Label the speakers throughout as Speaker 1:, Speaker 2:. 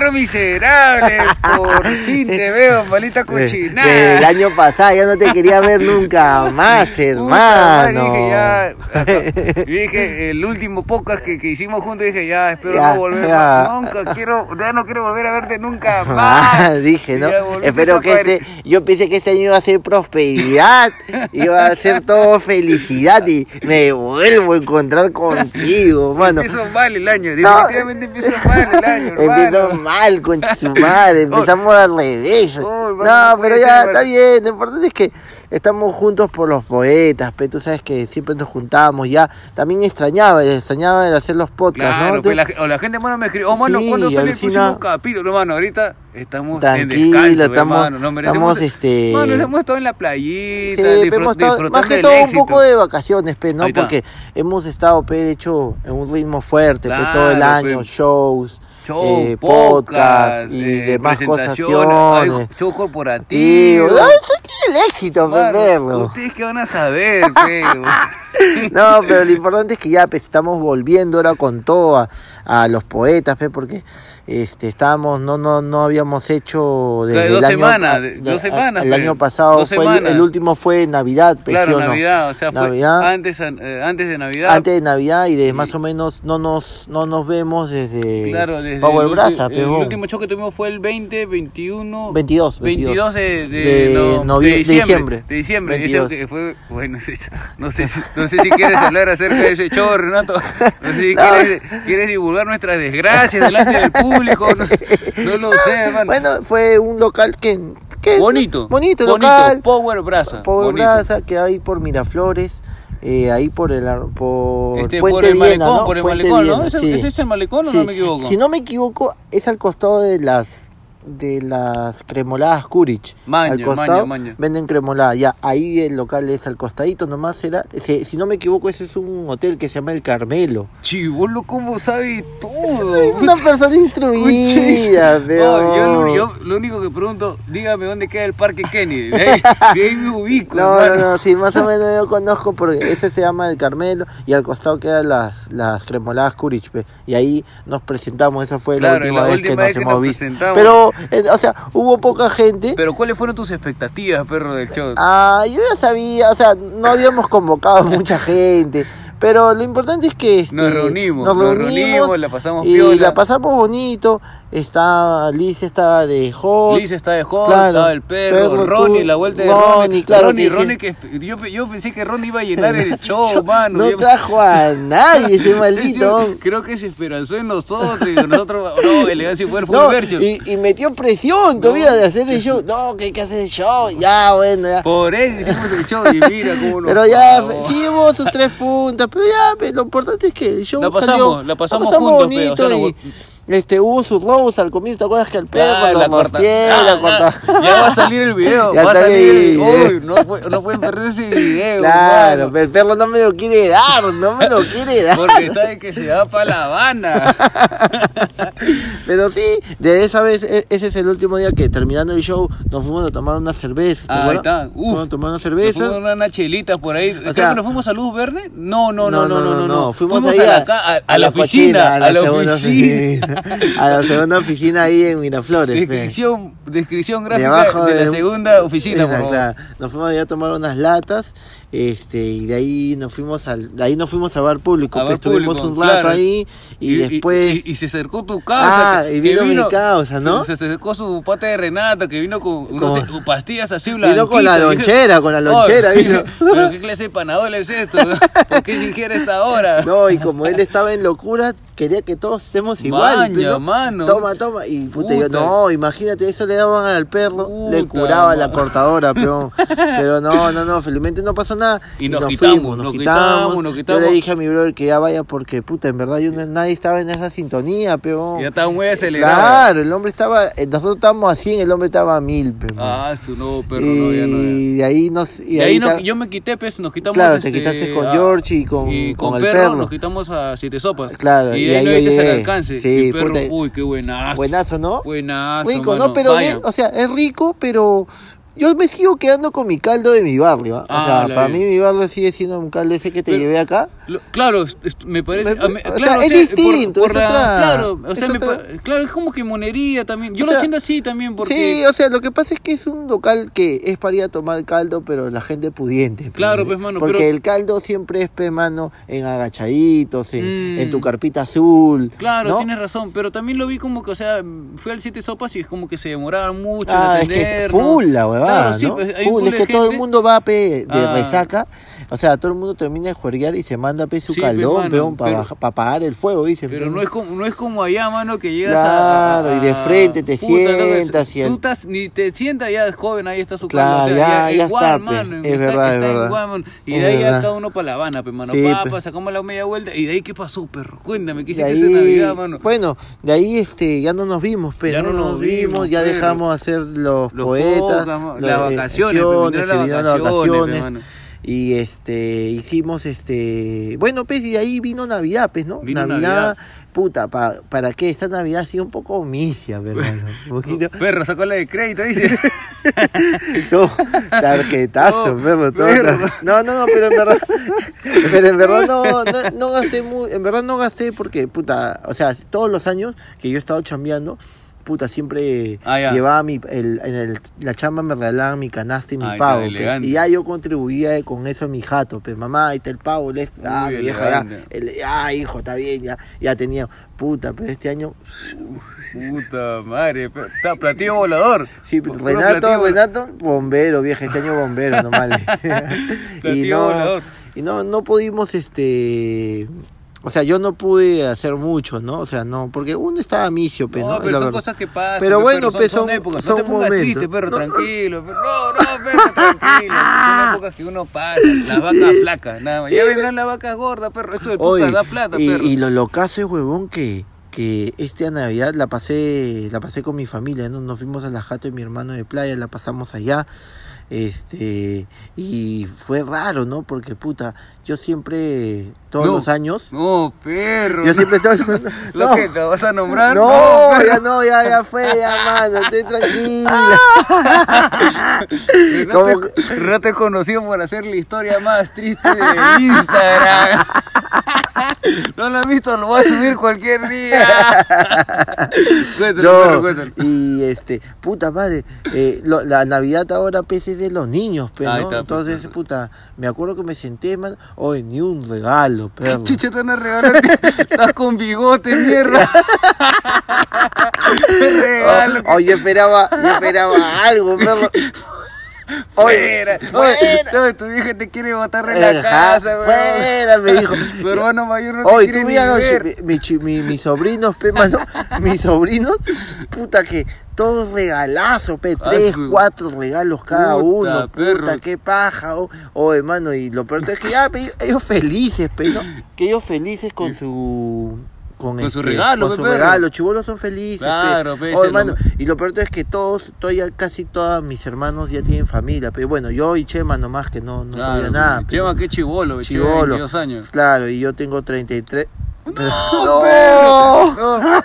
Speaker 1: Los Miserables, por fin te veo,
Speaker 2: Eh,
Speaker 1: palita cochinada.
Speaker 2: Desde el año pasado ya no te quería ver nunca más,
Speaker 1: Puta madre,
Speaker 2: hermano.
Speaker 1: dije, ya, acá- dije, el último podcast que, que hicimos juntos, dije, ya, espero
Speaker 2: Ya,
Speaker 1: no volver
Speaker 2: ya.
Speaker 1: más nunca, quiero, ya no quiero volver a verte nunca
Speaker 2: Ah,
Speaker 1: más.
Speaker 2: dije, ¿no?
Speaker 1: Ya volviste
Speaker 2: Espero
Speaker 1: a
Speaker 2: que este, yo pensé que este año iba a ser prosperidad, iba a ser todo felicidad y me vuelvo a encontrar contigo, mano.
Speaker 1: Empiezo mal el año, definitivamente empiezo mal el año,
Speaker 2: Empezó
Speaker 1: hermano.
Speaker 2: mal con su madre, empezamos al revés.
Speaker 1: Uy, mano,
Speaker 2: no,
Speaker 1: no
Speaker 2: pero
Speaker 1: puede
Speaker 2: ya
Speaker 1: ser,
Speaker 2: está
Speaker 1: mano.
Speaker 2: bien, lo importante es que estamos juntos por los poetas, pero tú sabes que siempre nos juntábamos ya. También extrañaba, extrañaba el hacer los podcasts,
Speaker 1: Claro,
Speaker 2: ¿no?
Speaker 1: pues,
Speaker 2: Tú-
Speaker 1: la, o la gente, hermano, me escribió, oh, mano,
Speaker 2: Sí,
Speaker 1: ¿cuándo sale el
Speaker 2: alucina.
Speaker 1: próximo capítulo? Hermano, ahorita estamos en
Speaker 2: Tranquilo,
Speaker 1: descanso,
Speaker 2: estamos-
Speaker 1: hermano, nos merecemos-
Speaker 2: estamos, este-
Speaker 1: Mano, nos hemos estado en la playita,
Speaker 2: Sí,
Speaker 1: disfrut-
Speaker 2: pero hemos estado-
Speaker 1: disfrutando
Speaker 2: más que
Speaker 1: del
Speaker 2: todo un
Speaker 1: éxito.
Speaker 2: poco de vacaciones, pe, ¿no?
Speaker 1: Ahí está.
Speaker 2: Porque hemos estado, pe, de hecho, en un ritmo fuerte, pe, todo el
Speaker 1: Claro, pe.
Speaker 2: año, shows,
Speaker 1: Show,
Speaker 2: eh,
Speaker 1: podcast,
Speaker 2: podcast y
Speaker 1: eh,
Speaker 2: demás cosas.
Speaker 1: presentaciones, ay, show corporativo.
Speaker 2: Tío, ay, sé que el éxito, pe,
Speaker 1: Mano,
Speaker 2: verlo.
Speaker 1: Ustedes qué van a saber, feo.
Speaker 2: No, pero lo importante es que ya pe, estamos volviendo ahora con todo a, a los poetas, pe, porque este estábamos no no no habíamos hecho desde
Speaker 1: dos
Speaker 2: el año
Speaker 1: semanas,
Speaker 2: de-
Speaker 1: dos semanas,
Speaker 2: el
Speaker 1: pe.
Speaker 2: año pasado
Speaker 1: Dos
Speaker 2: fue el,
Speaker 1: semanas.
Speaker 2: el último fue Navidad, pe, ¿sí
Speaker 1: Claro,
Speaker 2: o no?
Speaker 1: Navidad, o sea, fue
Speaker 2: Navidad.
Speaker 1: antes, eh, antes de Navidad.
Speaker 2: antes de Navidad y de más o menos no nos no nos vemos desde,
Speaker 1: Claro, desde
Speaker 2: Eh, Power
Speaker 1: el, ulti-
Speaker 2: Brasa, pues,
Speaker 1: el
Speaker 2: pero
Speaker 1: último show que tuvimos fue el 20, 21,
Speaker 2: 22,
Speaker 1: 22 de, de,
Speaker 2: de
Speaker 1: no,
Speaker 2: novie-
Speaker 1: de diciembre.
Speaker 2: de diciembre.
Speaker 1: De diciembre, ese
Speaker 2: 22.
Speaker 1: que fue, bueno, ese- no sé, si- no sé si quieres hablar acerca de ese show, Renato. No sé si
Speaker 2: No.
Speaker 1: quieres, quieres divulgar nuestras desgracias delante del público. No, no lo sé, hermano.
Speaker 2: bueno, fue un local que, que-
Speaker 1: bonito,
Speaker 2: bonito, local,
Speaker 1: Power Brasa.
Speaker 2: Power
Speaker 1: bonito.
Speaker 2: Brasa, que hay por Miraflores, eh, ahí por el ar- por
Speaker 1: Este,
Speaker 2: Puente
Speaker 1: por el
Speaker 2: Viena,
Speaker 1: malecón,
Speaker 2: ¿no?
Speaker 1: por el
Speaker 2: Puente
Speaker 1: malecón, ¿no?
Speaker 2: Viena,
Speaker 1: ¿Ese,
Speaker 2: sí.
Speaker 1: ese es el malecón o
Speaker 2: Sí.
Speaker 1: no me equivoco?
Speaker 2: Si no me equivoco, es al costado de las de las cremoladas Curich.
Speaker 1: Maño,
Speaker 2: al costado
Speaker 1: maño, maño.
Speaker 2: venden cremolada. Ya, ahí el local es al costadito nomás era. Si, si no me equivoco, ese es un hotel que se llama El Carmelo.
Speaker 1: Chivolo, ¿cómo sabe
Speaker 2: Soy
Speaker 1: todo?
Speaker 2: Una persona instruida,
Speaker 1: Conchis.
Speaker 2: veo.
Speaker 1: No, yo, lo- yo lo único que pregunto, dígame dónde queda el parque Kennedy. De ahí, de ahí me ubico.
Speaker 2: No, no,
Speaker 1: hermano.
Speaker 2: no, sí, más o menos yo conozco porque ese se llama El Carmelo y al costado quedan las, las cremoladas Curichpe. Y ahí nos presentamos, esa fue
Speaker 1: Claro,
Speaker 2: la última
Speaker 1: la
Speaker 2: vez
Speaker 1: última
Speaker 2: que nos
Speaker 1: vez que
Speaker 2: hemos
Speaker 1: nos
Speaker 2: visto.
Speaker 1: presentamos.
Speaker 2: Pero, eh, o sea, hubo poca gente.
Speaker 1: Pero ¿cuáles fueron tus expectativas, perro del show?
Speaker 2: Ah, yo ya sabía, o sea, no habíamos convocado a mucha gente. Pero lo importante es que este,
Speaker 1: Nos reunimos, nos reunimos, la pasamos
Speaker 2: y
Speaker 1: piola.
Speaker 2: la pasamos bonito. Está Liz estaba de host.
Speaker 1: Liz está de joven,
Speaker 2: Claro.
Speaker 1: estaba el perro,
Speaker 2: Perro,
Speaker 1: Ronnie,
Speaker 2: tú,
Speaker 1: la vuelta de
Speaker 2: Ronnie,
Speaker 1: Ronnie.
Speaker 2: claro
Speaker 1: Ronnie,
Speaker 2: que sí.
Speaker 1: Ronnie que yo, yo pensé que Ronnie iba a llenar el show, mano.
Speaker 2: no
Speaker 1: Yo-
Speaker 2: trajo a nadie ese maldito.
Speaker 1: Encima, Creo que se esperanzó en nosotros y nosotros, no, elegancia y poder fue
Speaker 2: No,
Speaker 1: un verso.
Speaker 2: y, y metió presión todavía de hacer el show. No, que hay que hacer el show. Ya, bueno, ya.
Speaker 1: Por él hicimos el show y mira cómo nos
Speaker 2: Pero ya,
Speaker 1: pagó.
Speaker 2: sí hubo sus tres puntas, pero ya, pe, lo importante es que el show
Speaker 1: La pasamos,
Speaker 2: salió-
Speaker 1: la pasamos juntos, pe, o sea,
Speaker 2: bonito y, este, hubo sus robos al comienzo, ¿te acuerdas que al perro
Speaker 1: Ah,
Speaker 2: lo
Speaker 1: la corta-
Speaker 2: rosteé,
Speaker 1: Ah,
Speaker 2: la
Speaker 1: ya-
Speaker 2: corta-
Speaker 1: Ya va a salir el video.
Speaker 2: Ya
Speaker 1: va a
Speaker 2: está
Speaker 1: salir el
Speaker 2: ahí.
Speaker 1: Uy, no, pu- no pueden perder ese video.
Speaker 2: Claro,
Speaker 1: mano,
Speaker 2: pero el perro no me lo quiere dar, no me lo quiere dar.
Speaker 1: Porque sabe que se va para La Habana.
Speaker 2: Pero sí, de esa vez, e- ese es el último día que terminando el show nos fuimos a tomar una cerveza. ¿te
Speaker 1: Ahí
Speaker 2: acuerdas?
Speaker 1: está. Uf.
Speaker 2: Fuimos a tomar una
Speaker 1: Nos
Speaker 2: cerveza.
Speaker 1: fuimos una- unas chelitas por ahí. Creo
Speaker 2: sea-
Speaker 1: que nos fuimos a Luz Verde. No, no, no, no, no, no. no,
Speaker 2: Fuimos,
Speaker 1: a,
Speaker 2: ahí
Speaker 1: la, ca- a, a la oficina. A la
Speaker 2: segunda
Speaker 1: oficina.
Speaker 2: oficina. A la segunda oficina ahí en Miraflores. pe.
Speaker 1: Descripción, descripción
Speaker 2: De
Speaker 1: gráfica
Speaker 2: abajo
Speaker 1: de, la
Speaker 2: de-
Speaker 1: segunda oficina, por
Speaker 2: Ajá,
Speaker 1: favor.
Speaker 2: claro. Nos fuimos ahí a tomar unas latas, este, y de ahí nos fuimos al, de ahí nos fuimos a bar público,
Speaker 1: A
Speaker 2: pues,
Speaker 1: bar
Speaker 2: estuvimos
Speaker 1: público,
Speaker 2: un rato
Speaker 1: claro.
Speaker 2: ahí y, después
Speaker 1: y, y se acercó tu causa.
Speaker 2: Ah,
Speaker 1: que-
Speaker 2: y
Speaker 1: que
Speaker 2: vino mi causa, ¿no?
Speaker 1: Se acercó su pata de Renata, que vino con unos pastillas así blancas.
Speaker 2: Vino con la lonchera, con la lonchera vino.
Speaker 1: Pero qué clase de panadola es esto, ¿por qué se ingiere esta hora?
Speaker 2: No, y como él estaba en locura, quería que todos estemos igual.
Speaker 1: Maña,
Speaker 2: pues, ¿no?
Speaker 1: mano.
Speaker 2: Toma, toma. Y puta, yo,
Speaker 1: Puta.
Speaker 2: no, imagínate, eso le daban al perro, le
Speaker 1: Puta,
Speaker 2: curaba la
Speaker 1: ma-
Speaker 2: cortadora, peón. Pero no, no, no, felizmente no pasó nada.
Speaker 1: Y nos quitamos, nos quitamos, nos
Speaker 2: Yo le
Speaker 1: quitamos.
Speaker 2: dije a mi brother que ya vaya porque, puta, en verdad yo no- nadie estaba en esa sintonía, peón.
Speaker 1: Ya está muy acelerado.
Speaker 2: Claro, el hombre estaba, eh, nosotros estábamos a 100, el hombre estaba a 1000, peón.
Speaker 1: Ah, su no, perro,
Speaker 2: y
Speaker 1: no, ya no. ya.
Speaker 2: de ahí nos... Y
Speaker 1: Y ahí no,
Speaker 2: ta-
Speaker 1: yo me quité, pues, nos quitamos.
Speaker 2: Claro, te
Speaker 1: este,
Speaker 2: quitaste con George y con-
Speaker 1: y
Speaker 2: con el
Speaker 1: perro,
Speaker 2: perro.
Speaker 1: Nos quitamos a Siete Sopas.
Speaker 2: Claro,
Speaker 1: y,
Speaker 2: y
Speaker 1: de ahí
Speaker 2: ahí
Speaker 1: no
Speaker 2: yo
Speaker 1: viste
Speaker 2: llegué.
Speaker 1: el alcance.
Speaker 2: Sí,
Speaker 1: y perro,
Speaker 2: puta.
Speaker 1: uy, qué buenazo.
Speaker 2: Buenazo, ¿no?
Speaker 1: Buenazo,
Speaker 2: Rico,
Speaker 1: Ah, mano.
Speaker 2: ¿no? Pero,
Speaker 1: Vaya.
Speaker 2: bien, o sea, es rico, pero Yo me sigo quedando con mi caldo de mi barrio. ¿ah?
Speaker 1: Ah,
Speaker 2: o sea,
Speaker 1: la
Speaker 2: para
Speaker 1: bien.
Speaker 2: mí mi barrio sigue siendo un caldo ese que te
Speaker 1: Pero-
Speaker 2: llevé acá.
Speaker 1: Lo- claro, es- es- me parece.
Speaker 2: Me-
Speaker 1: a mí-
Speaker 2: o sea,
Speaker 1: claro,
Speaker 2: es
Speaker 1: o sea,
Speaker 2: distinto, es otra-
Speaker 1: claro, o
Speaker 2: es
Speaker 1: sea, me
Speaker 2: otra-
Speaker 1: pa- claro, es como que monería también. Yo
Speaker 2: O
Speaker 1: lo
Speaker 2: sea,
Speaker 1: siento así también porque.
Speaker 2: Sí, o sea, lo que pasa es que es un local que es para ir a tomar caldo, pero la gente pudiente. pe,
Speaker 1: Claro,
Speaker 2: ¿no?
Speaker 1: pues, mano,
Speaker 2: Porque
Speaker 1: pero-
Speaker 2: el caldo siempre es, pe, mano, en agachaditos, en,
Speaker 1: Mm.
Speaker 2: en tu carpita azul.
Speaker 1: Claro,
Speaker 2: ¿no?
Speaker 1: tienes razón, pero también lo vi como que, o sea, fui al Siete Sopas y es como que se demoraban mucho
Speaker 2: Ah,
Speaker 1: en
Speaker 2: es que es
Speaker 1: atender.
Speaker 2: full la huevada,
Speaker 1: Claro, sí,
Speaker 2: ¿no?
Speaker 1: pues, hay un
Speaker 2: full,
Speaker 1: full
Speaker 2: es
Speaker 1: de
Speaker 2: que todo el
Speaker 1: gente.
Speaker 2: mundo va pe, de
Speaker 1: Ah.
Speaker 2: resaca. O sea, todo el mundo termina de juerguear y se manda pe su
Speaker 1: Sí, pe,
Speaker 2: caldón,
Speaker 1: mano,
Speaker 2: peón, para
Speaker 1: pero-
Speaker 2: apagar el fuego, dicen.
Speaker 1: Pero
Speaker 2: pe,
Speaker 1: no es como, no es como allá, mano, que llegas a...
Speaker 2: Claro, y de frente te
Speaker 1: Puta, loco, es-
Speaker 2: sientas y el-
Speaker 1: Tú estás, ni te sientas, ya joven, ahí está su
Speaker 2: Claro,
Speaker 1: cuerpo,
Speaker 2: ya- ya
Speaker 1: igual,
Speaker 2: está, pe.
Speaker 1: mano,
Speaker 2: Es verdad, es
Speaker 1: está
Speaker 2: verdad.
Speaker 1: igual, mano. Y
Speaker 2: Es
Speaker 1: de ahí
Speaker 2: verdad.
Speaker 1: ya cada uno para La Habana, pe, mano.
Speaker 2: Sí,
Speaker 1: pa,
Speaker 2: pe.
Speaker 1: pa, sacamos la media vuelta. ¿Y de ahí qué pasó, perro? Cuéntame, ¿qué
Speaker 2: De
Speaker 1: hiciste esa Navidad, mano?
Speaker 2: Bueno, de ahí este, ya no nos vimos, pero
Speaker 1: Ya no nos vimos,
Speaker 2: ya
Speaker 1: pero-
Speaker 2: dejamos hacer los,
Speaker 1: Los
Speaker 2: poetas,
Speaker 1: pocas, ma-
Speaker 2: los-
Speaker 1: las
Speaker 2: eh,
Speaker 1: vacaciones,
Speaker 2: acciones,
Speaker 1: primero las
Speaker 2: se vinieron las
Speaker 1: vacaciones, pe,
Speaker 2: vacaciones,
Speaker 1: mano.
Speaker 2: y este hicimos este, bueno, pues y de ahí vino Navidad, pues, ¿no?
Speaker 1: Vino Navidad.
Speaker 2: puta, pa- ¿para qué esta Navidad ha sido un poco misia, pe, hermano? Un poquito
Speaker 1: Perro, sacó la de crédito, dice.
Speaker 2: no, tarjetazo,
Speaker 1: No,
Speaker 2: perro, todo
Speaker 1: perro.
Speaker 2: tar- No, no, no, pero en verdad, pero en verdad no, no, no gasté mu- en verdad no gasté porque, puta, o sea, todos los años que yo he estado chambeando, puta, siempre
Speaker 1: Ah, ya.
Speaker 2: llevaba mi, el- en el- la chamba me regalaban mi canasta y mi
Speaker 1: Ah, ya,
Speaker 2: pavo, pe.
Speaker 1: elegante.
Speaker 2: y ya yo contribuía con eso a mi jato, pe, mamá, ahí está el pavo, le- ah,
Speaker 1: Muy
Speaker 2: mi vieja ya,
Speaker 1: elegante.
Speaker 2: el- ah, hijo, está bien, ya, ya tenía, puta, pero este año
Speaker 1: Puta madre, pe- está platillo volador.
Speaker 2: Sí, pues,
Speaker 1: Puro platillo
Speaker 2: Renato,
Speaker 1: volador.
Speaker 2: Renato, bombero, vieja, este año bombero nomás. le- y
Speaker 1: Platillo
Speaker 2: no,
Speaker 1: volador.
Speaker 2: y no, no pudimos, este, o sea, yo no pude hacer mucho, ¿no? O sea, no, porque uno estaba misio, pe,
Speaker 1: No,
Speaker 2: ¿no?
Speaker 1: pero
Speaker 2: La
Speaker 1: son
Speaker 2: verdad.
Speaker 1: cosas que pasan.
Speaker 2: Pero
Speaker 1: pe,
Speaker 2: bueno, pe, son-
Speaker 1: épocas.
Speaker 2: son
Speaker 1: no te pongas
Speaker 2: momentos.
Speaker 1: triste, perro,
Speaker 2: No, no.
Speaker 1: tranquilo. Perro. No, no, perro, tranquilo. Son épocas que uno pasa. Las vacas flacas, nada más. Ya vendrán las vacas gordas, perro. Esto de puta
Speaker 2: Oye,
Speaker 1: da plata,
Speaker 2: y,
Speaker 1: perro.
Speaker 2: y lo locazo es, huevón, que, que esta Navidad la pasé, la pasé con mi familia, ¿no? Nos fuimos a la jato de mi hermano de playa, la pasamos allá. Este, y fue raro, ¿no? Porque puta, yo siempre, todos
Speaker 1: No.
Speaker 2: los años,
Speaker 1: No, perro.
Speaker 2: yo
Speaker 1: no.
Speaker 2: siempre todos los
Speaker 1: Lo
Speaker 2: no.
Speaker 1: que te vas a nombrar.
Speaker 2: No,
Speaker 1: perro.
Speaker 2: ya no, ya, ya fue, ya, mano, estoy tranquila.
Speaker 1: Ah, No
Speaker 2: ¿Cómo
Speaker 1: te- No te conocí por hacer la historia más triste de Instagram. No la has visto, lo voy a subir cualquier día. Cuéntalo,
Speaker 2: No,
Speaker 1: perro, cuéntalo.
Speaker 2: Y este, puta madre, eh, lo- la Navidad ahora pues es de los niños, pero
Speaker 1: Ahí está, pues,
Speaker 2: entonces,
Speaker 1: claro.
Speaker 2: puta, me acuerdo que me senté, man, hoy ni un regalo, perro.
Speaker 1: Chucha, te van a regalar. Estás con bigote, mierda. Te regalo.
Speaker 2: Oh, oh, yo esperaba, yo esperaba algo, perro. Hoy,
Speaker 1: Fuera,
Speaker 2: fuera,
Speaker 1: fuera. ¿Sabes? Tu vieja te quiere botar de
Speaker 2: Oh, eh, Ajá,
Speaker 1: la casa, weón.
Speaker 2: fuera, me dijo.
Speaker 1: Tu hermano mayor no
Speaker 2: Hoy,
Speaker 1: te
Speaker 2: tú
Speaker 1: quiere ni
Speaker 2: mira, los-
Speaker 1: ver.
Speaker 2: mi- mi chi- mi- mis sobrinos, pe, mano, mis sobrinos, puta que todos regalazos, pe,
Speaker 1: Ah,
Speaker 2: tres,
Speaker 1: su-
Speaker 2: cuatro regalos cada
Speaker 1: Puta,
Speaker 2: uno, puta,
Speaker 1: perro.
Speaker 2: qué paja, oh, oh, hermano, y lo peor es que ya, pe, ellos felices, pe, ¿no? Que ellos felices con su... Con, este,
Speaker 1: Con su regalo, pe,
Speaker 2: con su
Speaker 1: perro.
Speaker 2: regalo, chibolos son felices.
Speaker 1: Claro, pe,
Speaker 2: Oh,
Speaker 1: se lo-
Speaker 2: hermano, y lo peor es que todos, todavía casi todos mis hermanos ya tienen familia. Pero bueno, yo y Chema nomás que no, no
Speaker 1: Claro,
Speaker 2: todavía nada. pe,
Speaker 1: Chema, qué chivolo, chivolo.
Speaker 2: chivolo.
Speaker 1: 22 Pues años.
Speaker 2: Claro, y yo tengo 33.
Speaker 1: perro.
Speaker 2: No,
Speaker 1: No, no,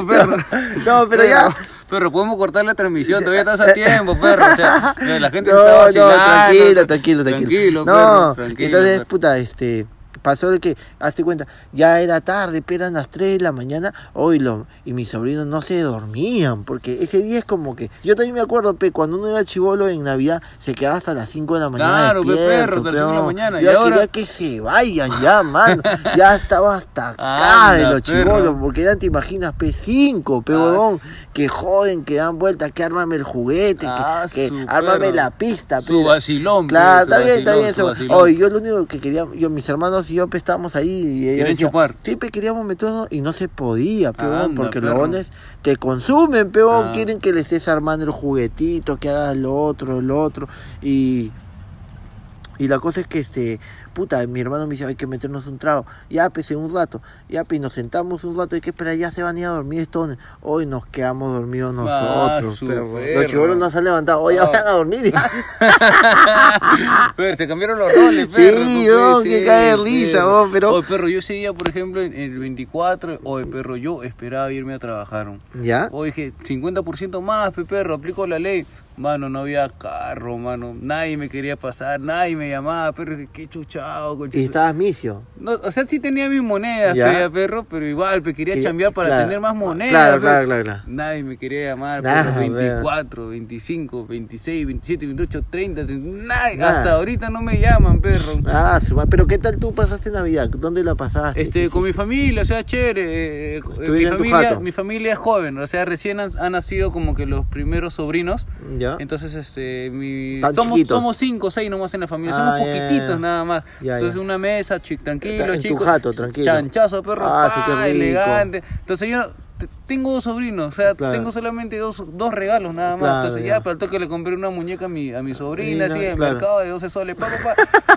Speaker 1: no, perro.
Speaker 2: no, pero ya.
Speaker 1: Perro, podemos cortar la transmisión, todavía estás a tiempo, perro. O sea, la gente
Speaker 2: No,
Speaker 1: está
Speaker 2: no,
Speaker 1: vacilando.
Speaker 2: tranquilo, tranquilo, tranquilo.
Speaker 1: Tranquilo,
Speaker 2: no,
Speaker 1: perro, tranquilo,
Speaker 2: entonces,
Speaker 1: perro.
Speaker 2: puta, este. Pasó de que, hazte cuenta, ya era tarde, pero eran las 3 de la mañana, hoy lo, y mis sobrinos no se dormían, porque ese día es como que, yo también me acuerdo, pe, cuando uno era chivolo en Navidad, se quedaba hasta las 5 de la mañana.
Speaker 1: Claro, pe,
Speaker 2: despierto,
Speaker 1: perro, hasta las cinco de la
Speaker 2: peón.
Speaker 1: mañana,
Speaker 2: Yo
Speaker 1: y
Speaker 2: ya
Speaker 1: ahora-
Speaker 2: quería que se vayan ya, mano, ya estaba hasta acá de
Speaker 1: Anda,
Speaker 2: los
Speaker 1: perro.
Speaker 2: chivolos, porque ya te imaginas, pe, 5, pe,
Speaker 1: Ah,
Speaker 2: huevón,
Speaker 1: su-
Speaker 2: que joden, que dan vueltas, que ármame el juguete, que-
Speaker 1: Ah,
Speaker 2: que,
Speaker 1: su
Speaker 2: ármame
Speaker 1: perro.
Speaker 2: la pista,
Speaker 1: Su
Speaker 2: pe.
Speaker 1: vacilón, pe,
Speaker 2: Claro,
Speaker 1: su
Speaker 2: está bien, está
Speaker 1: vacilón,
Speaker 2: bien
Speaker 1: su
Speaker 2: eso.
Speaker 1: vacilón.
Speaker 2: Hoy yo lo único que quería, yo, mis hermanos y yo pues, estábamos ahí y ellos
Speaker 1: Querían
Speaker 2: decían,
Speaker 1: chupar.
Speaker 2: Sí, pe, queríamos meternos y no se podía, peón,
Speaker 1: Anda,
Speaker 2: porque los
Speaker 1: perro.
Speaker 2: bones te consumen, peón,
Speaker 1: Ah.
Speaker 2: quieren que le estés armando el juguetito, que hagas lo otro, lo otro y y la cosa es que este, puta, mi hermano me dice, hay que meternos un trago. Ya, pese un rato. Ya, pues, nos sentamos un rato. Hay que esperar, ya se van a ir a dormir estos. Hoy nos quedamos dormidos
Speaker 1: Ah,
Speaker 2: nosotros,
Speaker 1: su
Speaker 2: perro.
Speaker 1: perro.
Speaker 2: Los chivolos nos han levantado. Hoy ya
Speaker 1: Ah.
Speaker 2: van a dormir.
Speaker 1: Perro, se cambiaron los roles,
Speaker 2: Ah. Sí,
Speaker 1: perro. tú
Speaker 2: vos,
Speaker 1: puedes
Speaker 2: que cae de
Speaker 1: ser,
Speaker 2: risa,
Speaker 1: perro.
Speaker 2: vos, pero-
Speaker 1: Oye, perro, yo ese día, por ejemplo, en el 24, oye, perro, yo esperaba irme a trabajar.
Speaker 2: ¿Ya?
Speaker 1: O dije, 50% más, pe, perro, aplico la ley. Mano, no había carro, mano. Nadie me quería pasar, nadie me llamaba, perro, que qué chuchado,
Speaker 2: Y
Speaker 1: conche-
Speaker 2: estabas misio.
Speaker 1: No, o sea, sí tenía mis monedas,
Speaker 2: Ya.
Speaker 1: pe, perro, pero igual, pe, quería
Speaker 2: Que-
Speaker 1: chambear para
Speaker 2: claro. Ah,
Speaker 1: tener más monedas.
Speaker 2: Claro,
Speaker 1: pe.
Speaker 2: claro, claro, claro.
Speaker 1: Nadie me quería llamar, pues,
Speaker 2: Nah,
Speaker 1: pero
Speaker 2: weón.
Speaker 1: 24, 25, 26, 27, 28, 30, 30 nadie,
Speaker 2: Nah.
Speaker 1: hasta ahorita no me llaman, perro.
Speaker 2: Ah, su ma- pero ¿qué tal tú pasaste Navidad? ¿Dónde la pasaste?
Speaker 1: Este,
Speaker 2: ¿Qué
Speaker 1: con mi
Speaker 2: hiciste?
Speaker 1: familia, o sea, chévere. eh, eh, mi,
Speaker 2: Estuviste en tu
Speaker 1: familia,
Speaker 2: jato.
Speaker 1: mi familia es joven, o sea, recién han, han nacido como que los primeros sobrinos.
Speaker 2: ¿Ya?
Speaker 1: Entonces, este, mi,
Speaker 2: Tan
Speaker 1: somos,
Speaker 2: chiquitos.
Speaker 1: somos cinco, seis nomás en la familia,
Speaker 2: Ah,
Speaker 1: somos
Speaker 2: ya, ya,
Speaker 1: poquititos
Speaker 2: ya.
Speaker 1: nada más.
Speaker 2: Ya,
Speaker 1: Entonces,
Speaker 2: ya.
Speaker 1: una mesa, chic, tranquilo,
Speaker 2: en tu
Speaker 1: chicos.
Speaker 2: jato, tranquilo.
Speaker 1: Chanchazo, perro,
Speaker 2: Ah, sí, qué
Speaker 1: pa,
Speaker 2: rico.
Speaker 1: elegante. Entonces, yo t- tengo dos sobrinos, o sea,
Speaker 2: Claro.
Speaker 1: tengo solamente dos, dos regalos nada más.
Speaker 2: Claro,
Speaker 1: Entonces,
Speaker 2: ya.
Speaker 1: ya, para el toque le compré una muñeca a mi, a mi sobrina,
Speaker 2: Mira,
Speaker 1: así, en el
Speaker 2: claro.
Speaker 1: mercado de 12 soles, pa, pa, pa.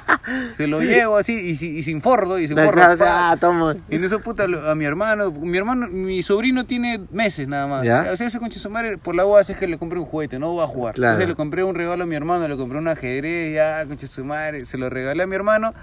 Speaker 1: Se lo llevo así y, si- y sin forro, y sin
Speaker 2: La-
Speaker 1: forro.
Speaker 2: la-
Speaker 1: pa.
Speaker 2: ah, toma.
Speaker 1: Y en eso, puta, lo- a mi hermano, mi hermano, mi sobrino tiene meses nada más.
Speaker 2: ¿Ya?
Speaker 1: O sea, ese conche su madre, por la boda, es que le compré un juguete, no va a jugar.
Speaker 2: Claro.
Speaker 1: Entonces le compré un regalo a mi hermano, le compré un ajedrez, ya, conche su madre, se lo regalé a mi hermano,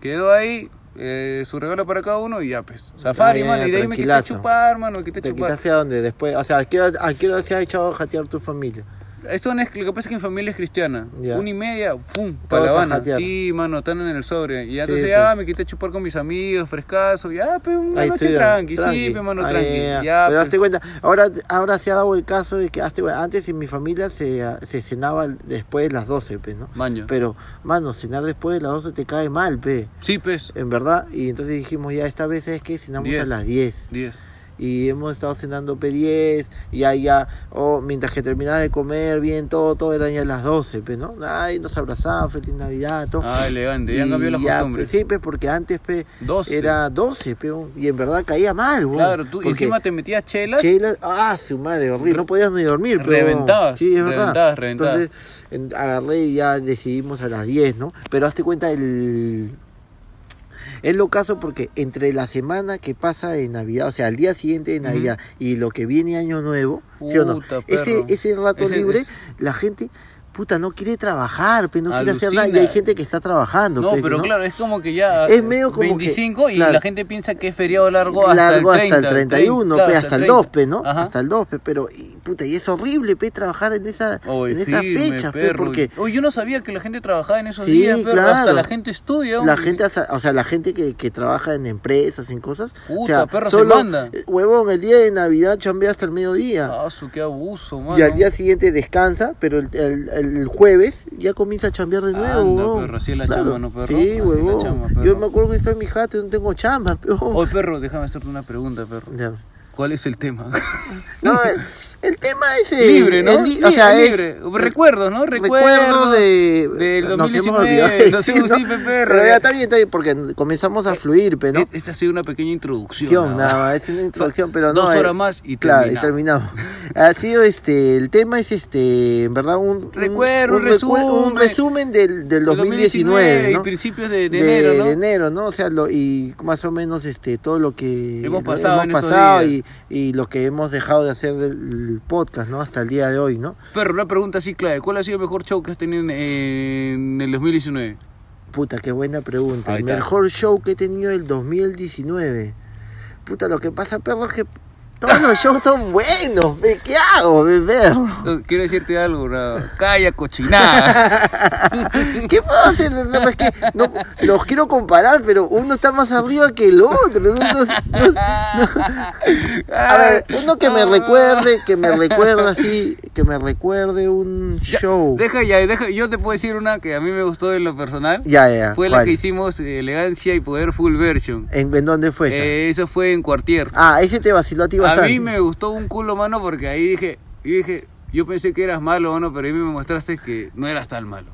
Speaker 1: quedó ahí, eh, su regalo para cada uno y ya, pues, safari,
Speaker 2: Ah, Ya, ya,
Speaker 1: mano,
Speaker 2: ya,
Speaker 1: y de ahí me quité a
Speaker 2: tranquilazo.
Speaker 1: chupar, mano, me quité a
Speaker 2: ¿Te
Speaker 1: chupar.
Speaker 2: quitaste a dónde? Después, o sea, ¿a qué hora, a qué hora se ha echado a jatear tu familia?
Speaker 1: Esto no es, lo que pasa es que mi familia es cristiana.
Speaker 2: Ya.
Speaker 1: Una y media, ¡fum! Para
Speaker 2: Todos
Speaker 1: La
Speaker 2: a
Speaker 1: Habana.
Speaker 2: jatear.
Speaker 1: Sí, mano, están en el sobre. Y ya,
Speaker 2: Sí,
Speaker 1: entonces ya
Speaker 2: pues.
Speaker 1: me quité a chupar con mis amigos, frescazo. Ya, pues, una
Speaker 2: Ahí
Speaker 1: noche
Speaker 2: estuvieron,
Speaker 1: tranqui. Sí, pues, mano,
Speaker 2: Ah,
Speaker 1: tranqui.
Speaker 2: ya, ya.
Speaker 1: Ya,
Speaker 2: Pero
Speaker 1: pues.
Speaker 2: hazte cuenta, ahora, ahora se ha dado el caso de que hazte cuenta, antes en mi familia se, ah, se cenaba después de las 12, pues, ¿no?
Speaker 1: Maño.
Speaker 2: Pero, mano, cenar después de las 12 te cae mal, pe,
Speaker 1: Sí, pues,
Speaker 2: en verdad. Y entonces dijimos, ya esta vez es que cenamos a
Speaker 1: Diez.
Speaker 2: las 10.
Speaker 1: 10.
Speaker 2: y hemos estado cenando P10 y ahí ya, oh, mientras que terminaba de comer bien, todo, todo eran ya las 12, pe, ¿no? Ay, nos abrazamos, feliz Navidad, todo.
Speaker 1: Ah, elegante. Ya han
Speaker 2: Y
Speaker 1: cambiado las
Speaker 2: ya,
Speaker 1: costumbres.
Speaker 2: pe, sí, pe, porque antes, pe,
Speaker 1: 12.
Speaker 2: era 12, pe, un- y en verdad caía mal, weón.
Speaker 1: Claro, tú y
Speaker 2: Porque
Speaker 1: encima te metías chelas.
Speaker 2: chelas- ah, su madre, horrible, no podías ni dormir, pe, weón.
Speaker 1: Reventabas,
Speaker 2: Sí, es verdad.
Speaker 1: reventabas, reventabas.
Speaker 2: Entonces, en- agarré y ya decidimos a las 10, ¿no? Pero hazte cuenta el... Es lo caso porque entre la semana que pasa de Navidad, o sea, el día siguiente de Navidad y lo que viene Año Nuevo, ¿sí o no?
Speaker 1: Puta,
Speaker 2: Ese,
Speaker 1: perro.
Speaker 2: ese rato
Speaker 1: Ese-
Speaker 2: libre,
Speaker 1: ese-
Speaker 2: la gente, puta, no quiere trabajar, pero no quiere hacer nada. Y
Speaker 1: Alucina.
Speaker 2: hay gente que está trabajando.
Speaker 1: No,
Speaker 2: pe,
Speaker 1: pero
Speaker 2: ¿no?
Speaker 1: claro, es como que ya.
Speaker 2: Es medio como que-
Speaker 1: 25 y
Speaker 2: claro.
Speaker 1: la gente piensa que es feriado largo hasta
Speaker 2: largo
Speaker 1: el
Speaker 2: hasta
Speaker 1: 30.
Speaker 2: el 31,
Speaker 1: claro,
Speaker 2: pe, pues, hasta el 2, pe, ¿no?
Speaker 1: Ajá.
Speaker 2: Hasta el 2, pe, pero y, puta, y es horrible, pe, trabajar en esa
Speaker 1: Oye,
Speaker 2: en esa
Speaker 1: firme,
Speaker 2: fecha, pe,
Speaker 1: perro.
Speaker 2: porque
Speaker 1: Oye, yo no sabía que la gente trabajaba en esos
Speaker 2: Sí,
Speaker 1: días, perro. Hasta
Speaker 2: claro.
Speaker 1: la gente estudia.
Speaker 2: la
Speaker 1: hombre.
Speaker 2: gente, asa- o sea, la gente que, que trabaja en empresas, en cosas, o
Speaker 1: Puta,
Speaker 2: sea,
Speaker 1: perro, se
Speaker 2: solo
Speaker 1: manda.
Speaker 2: eh, huevón el día de Navidad chambea hasta el mediodía.
Speaker 1: Ah, su, qué abuso, mano.
Speaker 2: Y al día siguiente descansa, pero el, el- el jueves ya comienza a chambear de nuevo.
Speaker 1: Anda,
Speaker 2: huevón.
Speaker 1: perro, así es la chamba, ¿no, perro? Así es
Speaker 2: Sí,
Speaker 1: la
Speaker 2: huevón.
Speaker 1: chamba,
Speaker 2: Yo
Speaker 1: perro.
Speaker 2: me acuerdo que estoy en mi jato y no tengo chamba, huevón.
Speaker 1: Oye, perro, déjame hacerte una pregunta, perro.
Speaker 2: Ya.
Speaker 1: ¿Cuál es el tema?
Speaker 2: No, el, el tema es... eh,
Speaker 1: libre, ¿no?
Speaker 2: el li- o
Speaker 1: Sí,
Speaker 2: sea,
Speaker 1: es
Speaker 2: es...
Speaker 1: libre. Recuerdos, ¿no? Recuerdos.
Speaker 2: Recuerdos de... eh,
Speaker 1: del
Speaker 2: Nos hemos
Speaker 1: 2019,
Speaker 2: olvidado de
Speaker 1: no sé,
Speaker 2: decir, ¿no?
Speaker 1: sí, pe, perro,
Speaker 2: Pero
Speaker 1: ya.
Speaker 2: ya está bien, está bien, porque comenzamos a fluir, pero no...
Speaker 1: E- Esta ha sido una pequeña introducción.
Speaker 2: Introducción,
Speaker 1: nada
Speaker 2: Nada,
Speaker 1: más.
Speaker 2: más, es una introducción, pero no...
Speaker 1: Dos
Speaker 2: eh,
Speaker 1: horas más y
Speaker 2: Claro, y
Speaker 1: terminamos.
Speaker 2: terminamos. Ha sido este, el tema es este, en verdad, un, un-
Speaker 1: Recuerdo, un
Speaker 2: recu-
Speaker 1: resumen.
Speaker 2: un resumen del, del 2019,
Speaker 1: y
Speaker 2: ¿no?
Speaker 1: principios de, de enero, ¿no?
Speaker 2: de enero, ¿no? O sea, lo, y más o menos este todo lo que
Speaker 1: Hemos pasado en
Speaker 2: hemos
Speaker 1: estos
Speaker 2: pasado y,
Speaker 1: días.
Speaker 2: y lo que hemos dejado de hacer el, el podcast, ¿no? Hasta el día de hoy, ¿no?
Speaker 1: Perro, una pregunta así clave. ¿Cuál ha sido el mejor show que has tenido en, en el 2019?
Speaker 2: Puta, qué buena pregunta.
Speaker 1: Ahí
Speaker 2: El
Speaker 1: está.
Speaker 2: mejor show que he tenido el 2019. Puta, lo que pasa, perro, es que todos los shows son buenos. ve, ¿Qué hago, ve, perro?
Speaker 1: Eh, Quiero decirte algo, bro. Calla, cochinada.
Speaker 2: ¿Qué puedo hacer? No, no, es que no, los quiero comparar, pero uno está más arriba que el otro. No, no, no. A ver, uno que
Speaker 1: Ah.
Speaker 2: me recuerde, que me recuerde así, que me recuerde un show.
Speaker 1: Deja ya, deja. Yo te puedo decir una que a mí me gustó en lo personal.
Speaker 2: Ya, ya.
Speaker 1: Fue la
Speaker 2: ¿cuál?
Speaker 1: que hicimos eh, Elegancia y Poder Full Version.
Speaker 2: ¿En, en dónde fue esa?
Speaker 1: Eh, eso fue en Cuartier.
Speaker 2: ah, ese te vaciló a ti
Speaker 1: A
Speaker 2: bastante.
Speaker 1: mí me gustó un culo, mano, porque ahí dije, yo dije, yo pensé que eras malo, mano, pero ahí me mostraste que no eras tan malo.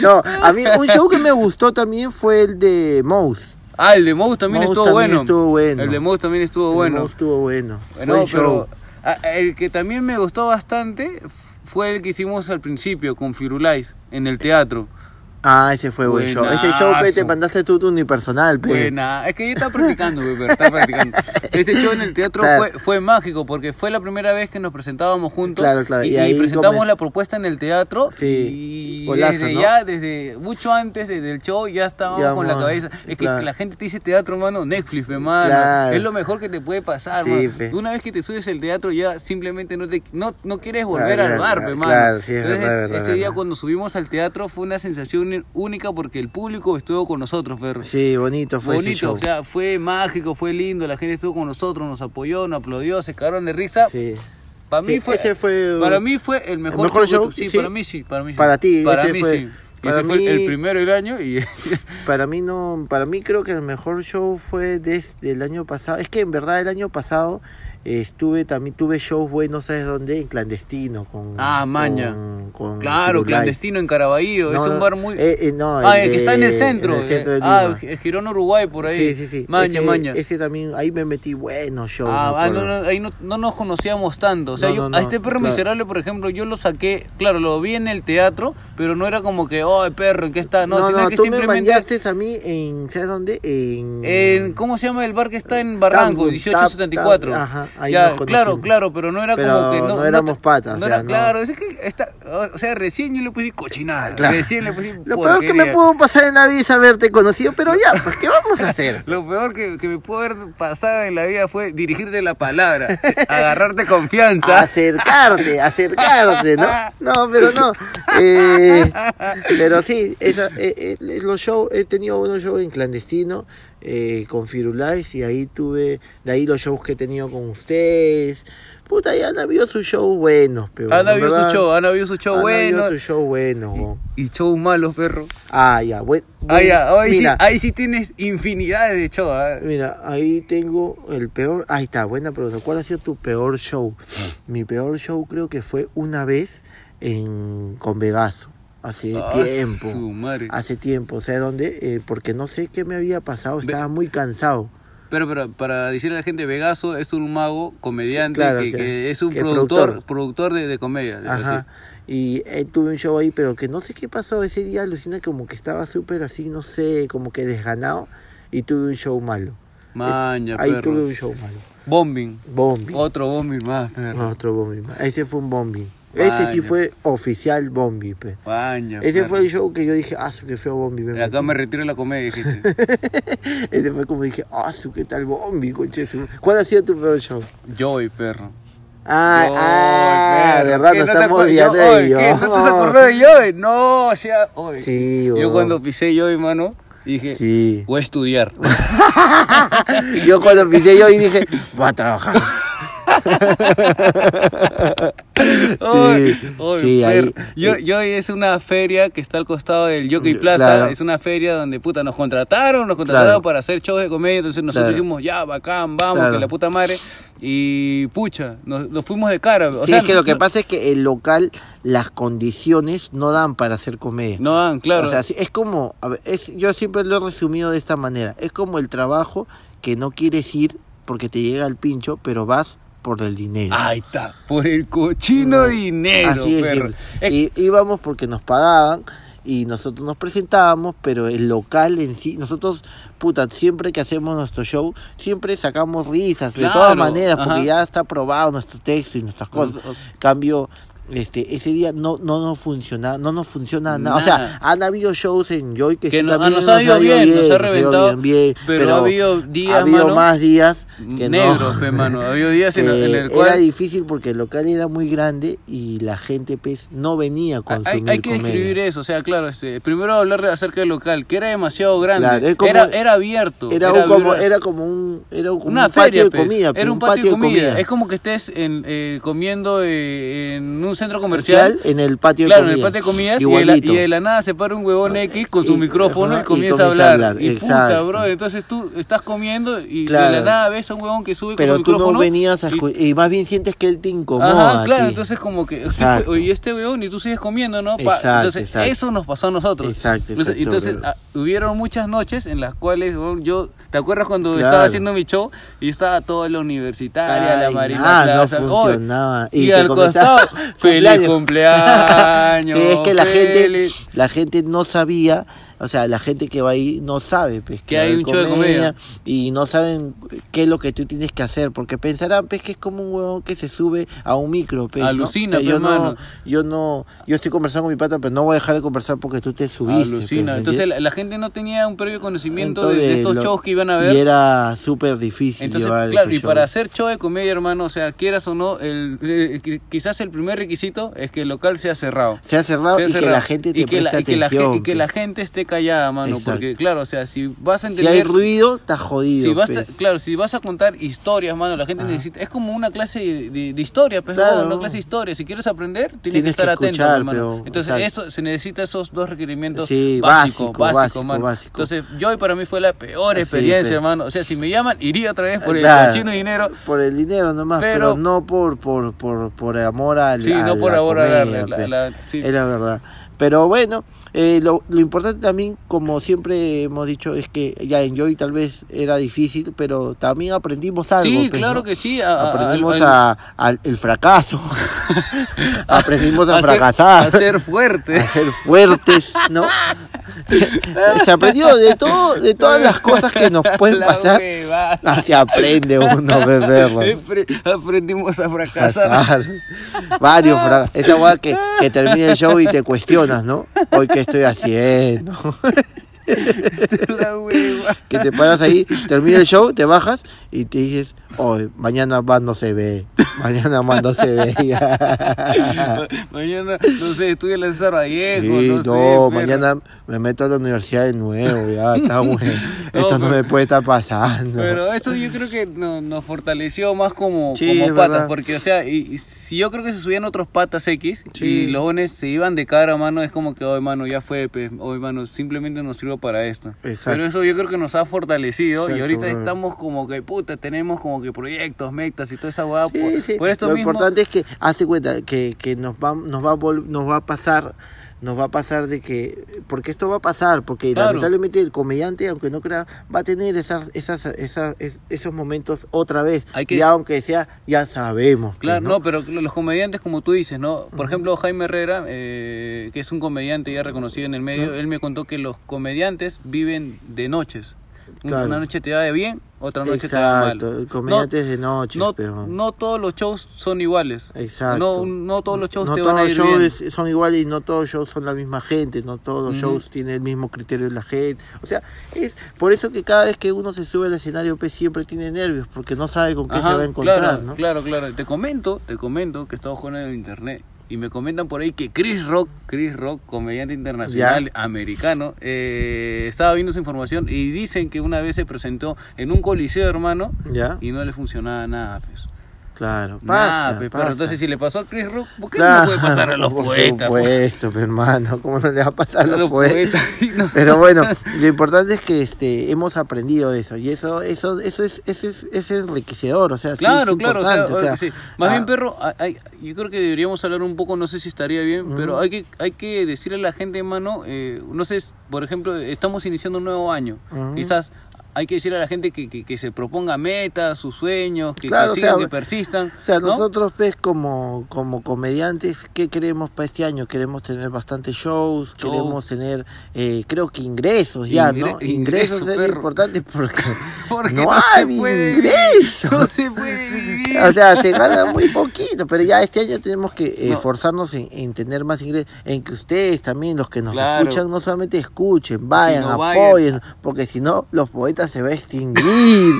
Speaker 2: No, a mí un show que me gustó también fue el de Mouse.
Speaker 1: Ah, el de Mouse también,
Speaker 2: Mouse
Speaker 1: estuvo,
Speaker 2: también
Speaker 1: bueno.
Speaker 2: estuvo bueno.
Speaker 1: El de Mouse también estuvo
Speaker 2: El de
Speaker 1: bueno.
Speaker 2: Mouse estuvo bueno.
Speaker 1: No,
Speaker 2: Buen show.
Speaker 1: pero a- a- el que también me gustó bastante f- fue el que hicimos al principio con Firulais en el teatro.
Speaker 2: Ah, ese fue buen show. Ese show, pe, te
Speaker 1: Buenazo.
Speaker 2: mandaste tú tu unipersonal, pe.
Speaker 1: Buena. Es que yo estaba practicando, güey, pero estaba practicando. Ese show en el teatro
Speaker 2: Claro.
Speaker 1: fue, fue mágico porque fue la primera vez que nos presentábamos juntos.
Speaker 2: Claro, claro.
Speaker 1: Y,
Speaker 2: Y
Speaker 1: y
Speaker 2: ahí
Speaker 1: presentamos
Speaker 2: comenzó-
Speaker 1: la propuesta en el teatro.
Speaker 2: Sí.
Speaker 1: Y
Speaker 2: Golazo,
Speaker 1: desde
Speaker 2: ¿no?
Speaker 1: ya, desde mucho antes de- del show, ya estábamos
Speaker 2: Ya,
Speaker 1: con la
Speaker 2: mano.
Speaker 1: cabeza. Es
Speaker 2: Claro.
Speaker 1: que la gente te dice teatro, mano, Netflix, mi mano.
Speaker 2: Claro.
Speaker 1: Es lo mejor que te puede pasar,
Speaker 2: Sí,
Speaker 1: mano.
Speaker 2: pe.
Speaker 1: Una vez que te subes al teatro, ya simplemente no te no, no quieres
Speaker 2: Claro,
Speaker 1: volver al
Speaker 2: claro,
Speaker 1: bar,
Speaker 2: claro,
Speaker 1: mi mano.
Speaker 2: claro, sí, es
Speaker 1: Entonces,
Speaker 2: verdad, verdad,
Speaker 1: ese día
Speaker 2: verdad.
Speaker 1: cuando subimos al teatro fue una sensación única porque el público estuvo con nosotros, perro
Speaker 2: Sí, bonito fue ese
Speaker 1: bonito,
Speaker 2: show.
Speaker 1: o sea, fue mágico, fue lindo, la gente estuvo con nosotros, nos apoyó, nos aplaudió, se cagaron de risa.
Speaker 2: sí.
Speaker 1: Para mí
Speaker 2: Sí,
Speaker 1: fue
Speaker 2: ese fue-
Speaker 1: para mí fue el mejor,
Speaker 2: ¿El mejor
Speaker 1: show.
Speaker 2: show?
Speaker 1: Sí,
Speaker 2: Sí.
Speaker 1: para mí sí, para mí sí.
Speaker 2: Para ti,
Speaker 1: para
Speaker 2: ese
Speaker 1: mí sí.
Speaker 2: fue-
Speaker 1: Y
Speaker 2: para
Speaker 1: ese fue el
Speaker 2: mí-
Speaker 1: primero del año y
Speaker 2: Para mí no, para mí creo que el mejor show fue desde el año pasado. Es que en verdad el año pasado eh, estuve también tuve shows buenos, ¿sabes dónde? En clandestino con
Speaker 1: Ah, maña.
Speaker 2: con- con
Speaker 1: claro,
Speaker 2: Cirulais.
Speaker 1: clandestino en Caraballo,
Speaker 2: No,
Speaker 1: es un
Speaker 2: no,
Speaker 1: bar muy
Speaker 2: eh, eh, no,
Speaker 1: Ah, el, que está en el
Speaker 2: de-
Speaker 1: centro,
Speaker 2: en el centro de
Speaker 1: eh, ah,
Speaker 2: Lima.
Speaker 1: Gi- Girón Uruguay por ahí.
Speaker 2: Sí, sí, sí.
Speaker 1: Maña,
Speaker 2: ese,
Speaker 1: maña.
Speaker 2: Ese también ahí me metí buenos shows.
Speaker 1: Ah,
Speaker 2: me
Speaker 1: ah,
Speaker 2: acuerdo.
Speaker 1: no, no, ahí no, no nos conocíamos tanto. O sea,
Speaker 2: No,
Speaker 1: yo,
Speaker 2: no,
Speaker 1: a
Speaker 2: no,
Speaker 1: este perro
Speaker 2: claro.
Speaker 1: miserable, por ejemplo, yo lo saqué, claro, lo vi en el teatro, pero no era como que, oh, perro, ¿en qué está? No,
Speaker 2: No,
Speaker 1: sino
Speaker 2: no,
Speaker 1: que
Speaker 2: tú me
Speaker 1: simplemente.
Speaker 2: mandaste a mí en, ¿sabes dónde? En,
Speaker 1: En, ¿Cómo se llama el bar que está en Barranco?
Speaker 2: Tam-
Speaker 1: 1874.
Speaker 2: Tam- ajá, ahí
Speaker 1: Ya,
Speaker 2: nos conocimos.
Speaker 1: claro, claro, pero no era
Speaker 2: Pero
Speaker 1: como que.
Speaker 2: no éramos
Speaker 1: te-
Speaker 2: patas, o
Speaker 1: no
Speaker 2: sea,
Speaker 1: era-
Speaker 2: no.
Speaker 1: Claro, es que está. O sea, recién yo le puse cochinada.
Speaker 2: Claro.
Speaker 1: Recién le puse.
Speaker 2: Lo peor que me
Speaker 1: porquería.
Speaker 2: pudo pasar en la vida es haberte conocido, pero ya, pues ¿qué vamos a hacer?
Speaker 1: Lo peor que, que me pudo haber pasado en la vida fue dirigirte la palabra, agarrarte
Speaker 2: Ah,
Speaker 1: confianza.
Speaker 2: acercarte, acercarte, ¿no? No, pero no. Eh, pero sí, esa, eh, eh, los shows, he tenido unos shows en clandestino eh, con Firulais y ahí tuve, de ahí los shows que he tenido con ustedes. Puta, ya han habido sus shows buenos, pero.
Speaker 1: Han
Speaker 2: la
Speaker 1: habido su
Speaker 2: verdad,
Speaker 1: show, han habido su show
Speaker 2: han
Speaker 1: bueno.
Speaker 2: habido sus shows buenos, weón.
Speaker 1: Y shows malos, perro.
Speaker 2: Ah, ya, buen-
Speaker 1: Ah, ya,
Speaker 2: buen-
Speaker 1: ahí,
Speaker 2: mira,
Speaker 1: sí, ahí sí tienes infinidad de shows. ah.
Speaker 2: Mira, ahí tengo el peor. Ahí está, buena pregunta. ¿Cuál ha sido tu peor show? Mi peor show creo que fue una vez en con Vegaso. Hace
Speaker 1: Ah, su
Speaker 2: tiempo.
Speaker 1: madre.
Speaker 2: Hace tiempo. O sea, ¿dónde? Eh, porque no sé qué me había pasado. Estaba muy cansado.
Speaker 1: Pero, pero para decirle a la gente, Vegaso es un mago comediante
Speaker 2: Sí, claro,
Speaker 1: que,
Speaker 2: que-
Speaker 1: que es un
Speaker 2: que
Speaker 1: productor,
Speaker 2: productor.
Speaker 1: productor de, de comedia. de
Speaker 2: Ajá.
Speaker 1: así.
Speaker 2: Y eh, tuve un show ahí, pero que no sé qué pasó ese día, alucina como que estaba súper así, no sé, como que desganado. Y tuve un show malo. Es-
Speaker 1: Maña,
Speaker 2: ahí
Speaker 1: perro.
Speaker 2: tuve un show malo.
Speaker 1: Bombing.
Speaker 2: Bombi.
Speaker 1: Otro bombing más, perro.
Speaker 2: Ah, Otro bombi. más. Ese fue un bombi. Ese sí
Speaker 1: Vaya.
Speaker 2: fue oficial bombi, pe.
Speaker 1: Maña,
Speaker 2: Ese
Speaker 1: perro.
Speaker 2: fue el show que yo dije, ah, su que feo bombi. me
Speaker 1: Acá
Speaker 2: metí".
Speaker 1: me retiro de la comedia, dijiste.
Speaker 2: Ese fue como dije, ah, su que tal bombi, conche. su-". ¿Cuál ha sido tu peor show?
Speaker 1: Joy, perro.
Speaker 2: Ah,
Speaker 1: Joy,
Speaker 2: ah,
Speaker 1: perro.
Speaker 2: verdad,
Speaker 1: ¿Qué,
Speaker 2: no
Speaker 1: te
Speaker 2: estamos
Speaker 1: acuer-
Speaker 2: olvidando
Speaker 1: Yo-
Speaker 2: de
Speaker 1: oye, ¿qué?
Speaker 2: ello.
Speaker 1: ¿No te has acordado de Joy? No, o sea, oye.
Speaker 2: Sí,
Speaker 1: Yo
Speaker 2: huevón.
Speaker 1: cuando pisé Joy, mano, dije,
Speaker 2: Sí.
Speaker 1: voy a estudiar.
Speaker 2: Yo cuando pisé yo y dije, voy a trabajar.
Speaker 1: Ay,
Speaker 2: Sí,
Speaker 1: ay,
Speaker 2: sí, ahí- eh.
Speaker 1: perro. Yo, yo es una feria que está al costado del Jockey Plaza.
Speaker 2: Claro.
Speaker 1: Es una feria donde puta nos contrataron, nos contrataron
Speaker 2: Claro.
Speaker 1: para hacer shows de comedia. Entonces nosotros
Speaker 2: Claro.
Speaker 1: dijimos, ya, bacán, vamos,
Speaker 2: Claro.
Speaker 1: que la puta madre. Y pucha, nos, nos fuimos de cara. O
Speaker 2: sí,
Speaker 1: sea,
Speaker 2: es que lo que
Speaker 1: no-
Speaker 2: pasa es que el local, las condiciones no dan para hacer comedia.
Speaker 1: No dan, claro.
Speaker 2: O sea, sí, es como, a ver, es, yo siempre lo he resumido de esta manera, es como el trabajo que no quieres ir porque te llega el pincho, pero vas por el dinero.
Speaker 1: Ahí está, por el cochino dinero,
Speaker 2: Así de
Speaker 1: perro. Eh,
Speaker 2: simple.
Speaker 1: Es-
Speaker 2: Y íbamos porque nos pagaban y nosotros nos presentábamos, pero el local en sí, nosotros, puta, siempre que hacemos nuestro show, siempre sacamos risas, de
Speaker 1: Claro,
Speaker 2: todas maneras,
Speaker 1: ajá.
Speaker 2: porque ya está probado nuestro texto y nuestras cosas. Cambio, este, ese día no, no nos funciona, no nos funciona nada. O sea,
Speaker 1: Nada.
Speaker 2: han habido shows en Joy que,
Speaker 1: Que
Speaker 2: sí
Speaker 1: no- ah,
Speaker 2: también
Speaker 1: nos ha ido bien, nos ha reventado,
Speaker 2: bien, bien,
Speaker 1: pero ha habido días,
Speaker 2: ha habido
Speaker 1: mano,
Speaker 2: más días que
Speaker 1: Negro,
Speaker 2: no.
Speaker 1: pe, mano. Había días en,
Speaker 2: Eh,
Speaker 1: en el
Speaker 2: Era
Speaker 1: cual.
Speaker 2: difícil porque el local era muy grande y la gente pues, no venía a
Speaker 1: Hay-
Speaker 2: consumir
Speaker 1: hay, que
Speaker 2: comedia.
Speaker 1: describir eso, o sea, claro, este, primero hablar acerca del local, que era demasiado grande,
Speaker 2: Claro, es como-
Speaker 1: era, era abierto.
Speaker 2: Era, un como,
Speaker 1: abierto.
Speaker 2: era como un, era como
Speaker 1: una
Speaker 2: un patio
Speaker 1: feria,
Speaker 2: de
Speaker 1: pues.
Speaker 2: comida. pues,
Speaker 1: era un patio, de comida.
Speaker 2: comida.
Speaker 1: Es como que estés en, eh, comiendo eh, en un centro comercial.
Speaker 2: Comercial en el patio
Speaker 1: Claro, en
Speaker 2: de
Speaker 1: el
Speaker 2: comida.
Speaker 1: patio de comidas y de, la,
Speaker 2: Igualito. Eh,
Speaker 1: y de la nada se para un huevón X con su
Speaker 2: Y-
Speaker 1: micrófono
Speaker 2: ajá,
Speaker 1: y comienza a hablar. y puta,
Speaker 2: exacto.
Speaker 1: bro, entonces tú estás comiendo y de la
Speaker 2: Claro.
Speaker 1: nada ves a un huevón que sube
Speaker 2: Pero
Speaker 1: con su
Speaker 2: tú no
Speaker 1: micrófono.
Speaker 2: venías a
Speaker 1: y-
Speaker 2: escuchar. Y, más bien sientes que él te incomoda.
Speaker 1: Ajá, claro,
Speaker 2: a ti.
Speaker 1: entonces como que, sí,
Speaker 2: Exacto.
Speaker 1: fue, oye, este weón y tú sigues comiendo, ¿no? Pa-
Speaker 2: Exacto,
Speaker 1: entonces
Speaker 2: exacto.
Speaker 1: eso nos pasó a nosotros.
Speaker 2: Exacto,
Speaker 1: Entonces-
Speaker 2: exacto,
Speaker 1: Entonces,
Speaker 2: bro.
Speaker 1: ah, hubieron muchas noches en las cuales weón, yo, ¿te acuerdas cuando estaba
Speaker 2: Claro.
Speaker 1: haciendo mi show y estaba toda la universitaria, la
Speaker 2: Ay,
Speaker 1: marina
Speaker 2: nada, no
Speaker 1: Plaza, oye,
Speaker 2: funcionaba.
Speaker 1: y,
Speaker 2: Y te
Speaker 1: al
Speaker 2: comenzaba-
Speaker 1: costado, Feliz
Speaker 2: cumpleaños.
Speaker 1: cumpleaños.
Speaker 2: Sí, es que la gente,
Speaker 1: feliz-
Speaker 2: la gente no sabía, o sea, la gente que va ahí no sabe, pues,
Speaker 1: Que hay un show de comedia.
Speaker 2: y no saben qué es lo que tú tienes que hacer, porque pensarán, pues, que es como un huevón que se sube a un micro, pues, ¿no?
Speaker 1: Alucina,
Speaker 2: O sea,
Speaker 1: pues,
Speaker 2: yo no,
Speaker 1: mano.
Speaker 2: yo no, yo estoy conversando con mi pata, pero no voy a dejar de conversar porque tú te subiste. pues,
Speaker 1: Alucina.
Speaker 2: ¿me
Speaker 1: Entonces
Speaker 2: entiendes?
Speaker 1: la, la gente no tenía un previo conocimiento de- de,
Speaker 2: Entonces,
Speaker 1: estos
Speaker 2: lo-
Speaker 1: shows que iban a
Speaker 2: Y
Speaker 1: ver.
Speaker 2: era súper difícil
Speaker 1: Entonces,
Speaker 2: llevar
Speaker 1: claro, y
Speaker 2: esos
Speaker 1: para
Speaker 2: shows.
Speaker 1: hacer show de comedia, hermano, o sea, quieras o no, el, eh, qui- quizás el primer requisito es que el local sea cerrado.
Speaker 2: se ha cerrado
Speaker 1: Sea
Speaker 2: y que
Speaker 1: cerrado.
Speaker 2: la gente te
Speaker 1: y que la-
Speaker 2: preste
Speaker 1: y que la gen-
Speaker 2: atención.
Speaker 1: y que la
Speaker 2: pues.
Speaker 1: gente esté callada, mano,
Speaker 2: Exacto.
Speaker 1: porque claro, o sea, si vas a
Speaker 2: si hay
Speaker 1: entender
Speaker 2: ruido, estás jodido.
Speaker 1: Si vas a-
Speaker 2: pues.
Speaker 1: claro, si vas a contar historias, mano, la gente necesita. Es como una clase de, de- de historia, pues,
Speaker 2: Claro.
Speaker 1: huevón, una clase de historia. Si quieres aprender, tienes,
Speaker 2: Tienes
Speaker 1: que
Speaker 2: que
Speaker 1: estar atento,
Speaker 2: escuchar,
Speaker 1: hermano.
Speaker 2: pero,
Speaker 1: Entonces,
Speaker 2: exacto.
Speaker 1: eso, se necesita esos dos requerimientos
Speaker 2: Sí,
Speaker 1: básicos,
Speaker 2: básico,
Speaker 1: básicos,
Speaker 2: básico,
Speaker 1: mano.
Speaker 2: básico.
Speaker 1: Entonces, yo hoy para mí fue la peor
Speaker 2: Sí,
Speaker 1: experiencia,
Speaker 2: pe.
Speaker 1: hermano. O sea, si me llaman, iría otra vez por el
Speaker 2: Claro.
Speaker 1: cochino dinero.
Speaker 2: Por el dinero nomás, pero,
Speaker 1: Pero-
Speaker 2: no por, por, por, por amor al
Speaker 1: Sí,
Speaker 2: a
Speaker 1: no por
Speaker 2: la pues.
Speaker 1: ahora
Speaker 2: comedia,
Speaker 1: la,
Speaker 2: pe.
Speaker 1: la- la- sí.
Speaker 2: Es la verdad. Pero bueno, eh, lo, lo importante también, como siempre hemos dicho, es que ya en Joy tal vez era difícil, pero también aprendimos algo.
Speaker 1: Sí,
Speaker 2: pe,
Speaker 1: claro
Speaker 2: ¿no?
Speaker 1: que sí. a- a-
Speaker 2: Aprendimos
Speaker 1: al- al-
Speaker 2: a, al- el fracaso. aprendimos a,
Speaker 1: a ser-
Speaker 2: fracasar.
Speaker 1: A ser fuerte.
Speaker 2: a ser fuertes, ¿no? Se aprendió de todo, de todas las cosas que nos pueden
Speaker 1: La
Speaker 2: pasar.
Speaker 1: huevada.
Speaker 2: Se aprende uno, beberlo.
Speaker 1: Apre- Aprendimos a fracasar.
Speaker 2: Varios fra- Esa weá que, que termina el show y te cuestionas, ¿no? Hoy qué estoy haciendo.
Speaker 1: La hueva.
Speaker 2: Que te paras ahí, termina el show, te bajas y te dices, hoy, mañana más no se ve. Mañana más no se ve.
Speaker 1: Ma- mañana, no sé, estudia en Sarajevo,
Speaker 2: Sí,
Speaker 1: no,
Speaker 2: no,
Speaker 1: sé. pero-
Speaker 2: mañana me meto a la universidad de nuevo, ya, está bueno. Esto no
Speaker 1: pero-
Speaker 2: me puede estar pasando.
Speaker 1: Pero eso yo creo que no- nos fortaleció más como,
Speaker 2: Sí,
Speaker 1: como
Speaker 2: es
Speaker 1: patas,
Speaker 2: verdad.
Speaker 1: porque, o sea, y, y si yo creo que se subían otros patas X
Speaker 2: Sí.
Speaker 1: y los jóvenes se iban de cara, mano, es como que, hoy, mano, ya fue, pues, hoy, mano, simplemente nos sirvió para esto.
Speaker 2: Exacto.
Speaker 1: Pero eso yo creo que nos ha fortalecido y
Speaker 2: Exacto,
Speaker 1: ahorita
Speaker 2: brother.
Speaker 1: estamos como que, puta, tenemos como que proyectos, metas y toda esa hueá.
Speaker 2: Sí,
Speaker 1: por,
Speaker 2: sí.
Speaker 1: por esto
Speaker 2: lo
Speaker 1: mismo.
Speaker 2: importante es que hace cuenta que, que nos va nos va a vol- nos va a pasar nos va a pasar de que porque esto va a pasar porque
Speaker 1: Claro.
Speaker 2: lamentablemente el comediante aunque no crea va a tener esas esas, esas es- esos momentos otra vez
Speaker 1: Hay que-
Speaker 2: ya aunque sea ya sabemos pues,
Speaker 1: Claro, no, pero los comediantes, como tú dices, ¿no? Por ejemplo, Jaime Herrera, eh, que es un comediante ya reconocido en el medio, él me contó que los comediantes viven de noches. Un-
Speaker 2: Claro.
Speaker 1: Una noche te va de bien, otra noche te
Speaker 2: exacto
Speaker 1: va mal.
Speaker 2: el comediante
Speaker 1: No-
Speaker 2: es de noche
Speaker 1: no,
Speaker 2: pero-
Speaker 1: no todos los shows son iguales.
Speaker 2: Exacto.
Speaker 1: No, no todos los shows
Speaker 2: No
Speaker 1: te
Speaker 2: todos
Speaker 1: van a
Speaker 2: los
Speaker 1: ir bien.
Speaker 2: shows son iguales y no todos los shows son la misma gente, no todos los
Speaker 1: Ujú.
Speaker 2: shows tienen el mismo criterio de la gente. O sea, es por eso que cada vez que uno se sube al escenario pues, siempre tiene nervios, porque no sabe con qué
Speaker 1: Ajá,
Speaker 2: se va a encontrar,
Speaker 1: claro,
Speaker 2: ¿no?
Speaker 1: claro, claro. Te comento, te comento que estaba jugando en el internet y me comentan por ahí que Chris Rock, Chris Rock, comediante internacional americano, eh, estaba viendo su información y dicen que una vez se presentó en un coliseo, hermano,
Speaker 2: ¿Ya?
Speaker 1: y no le funcionaba nada, pues.
Speaker 2: Claro. Pasa,
Speaker 1: Nada, pues,
Speaker 2: pasa.
Speaker 1: Pero entonces si le pasó a Chris Rock, ¿por qué
Speaker 2: Claro,
Speaker 1: no puede pasar a los
Speaker 2: por
Speaker 1: poetas? pues?
Speaker 2: supuesto, pues, hermano, ¿cómo no le va a pasar a
Speaker 1: A
Speaker 2: los,
Speaker 1: los
Speaker 2: poetas?
Speaker 1: poetas, no.
Speaker 2: Pero bueno, lo importante es que este hemos aprendido eso y eso eso eso es eso es, es enriquecedor, o sea, sí,
Speaker 1: Claro,
Speaker 2: es
Speaker 1: claro, o sea,
Speaker 2: importante, o sea,
Speaker 1: sí. más
Speaker 2: ah,
Speaker 1: bien perro, hay- hay- yo creo que deberíamos hablar un poco, no sé si estaría bien, pero hay que hay que decirle a la gente, mano, eh, no sé, por ejemplo, estamos iniciando un nuevo año,
Speaker 2: Ujú.
Speaker 1: quizás hay que decirle a la gente que, que- que se proponga metas, sus sueños, que, que
Speaker 2: Claro, o
Speaker 1: sigan,
Speaker 2: sea,
Speaker 1: que persistan,
Speaker 2: O sea,
Speaker 1: ¿no?
Speaker 2: nosotros, pues, como, como comediantes, ¿qué queremos para este año? Queremos tener bastantes shows, queremos tener, eh, creo que ingresos ya, ¿no?
Speaker 1: Ingre-
Speaker 2: Ingresos
Speaker 1: ingresos,
Speaker 2: es lo
Speaker 1: perro.
Speaker 2: importante porque,
Speaker 1: Porque
Speaker 2: no,
Speaker 1: no
Speaker 2: hay
Speaker 1: se puede vivir.
Speaker 2: ingresos.
Speaker 1: No se puede vivir.
Speaker 2: O sea, se gana muy poquito, pero ya este año tenemos que eh,
Speaker 1: No.
Speaker 2: esforzarnos en, en tener más ingresos, en que ustedes también, los que nos
Speaker 1: Claro.
Speaker 2: escuchan, no solamente escuchen, vayan,
Speaker 1: Sino vayan.
Speaker 2: apoyen, porque si no, los poetas se va a extinguir.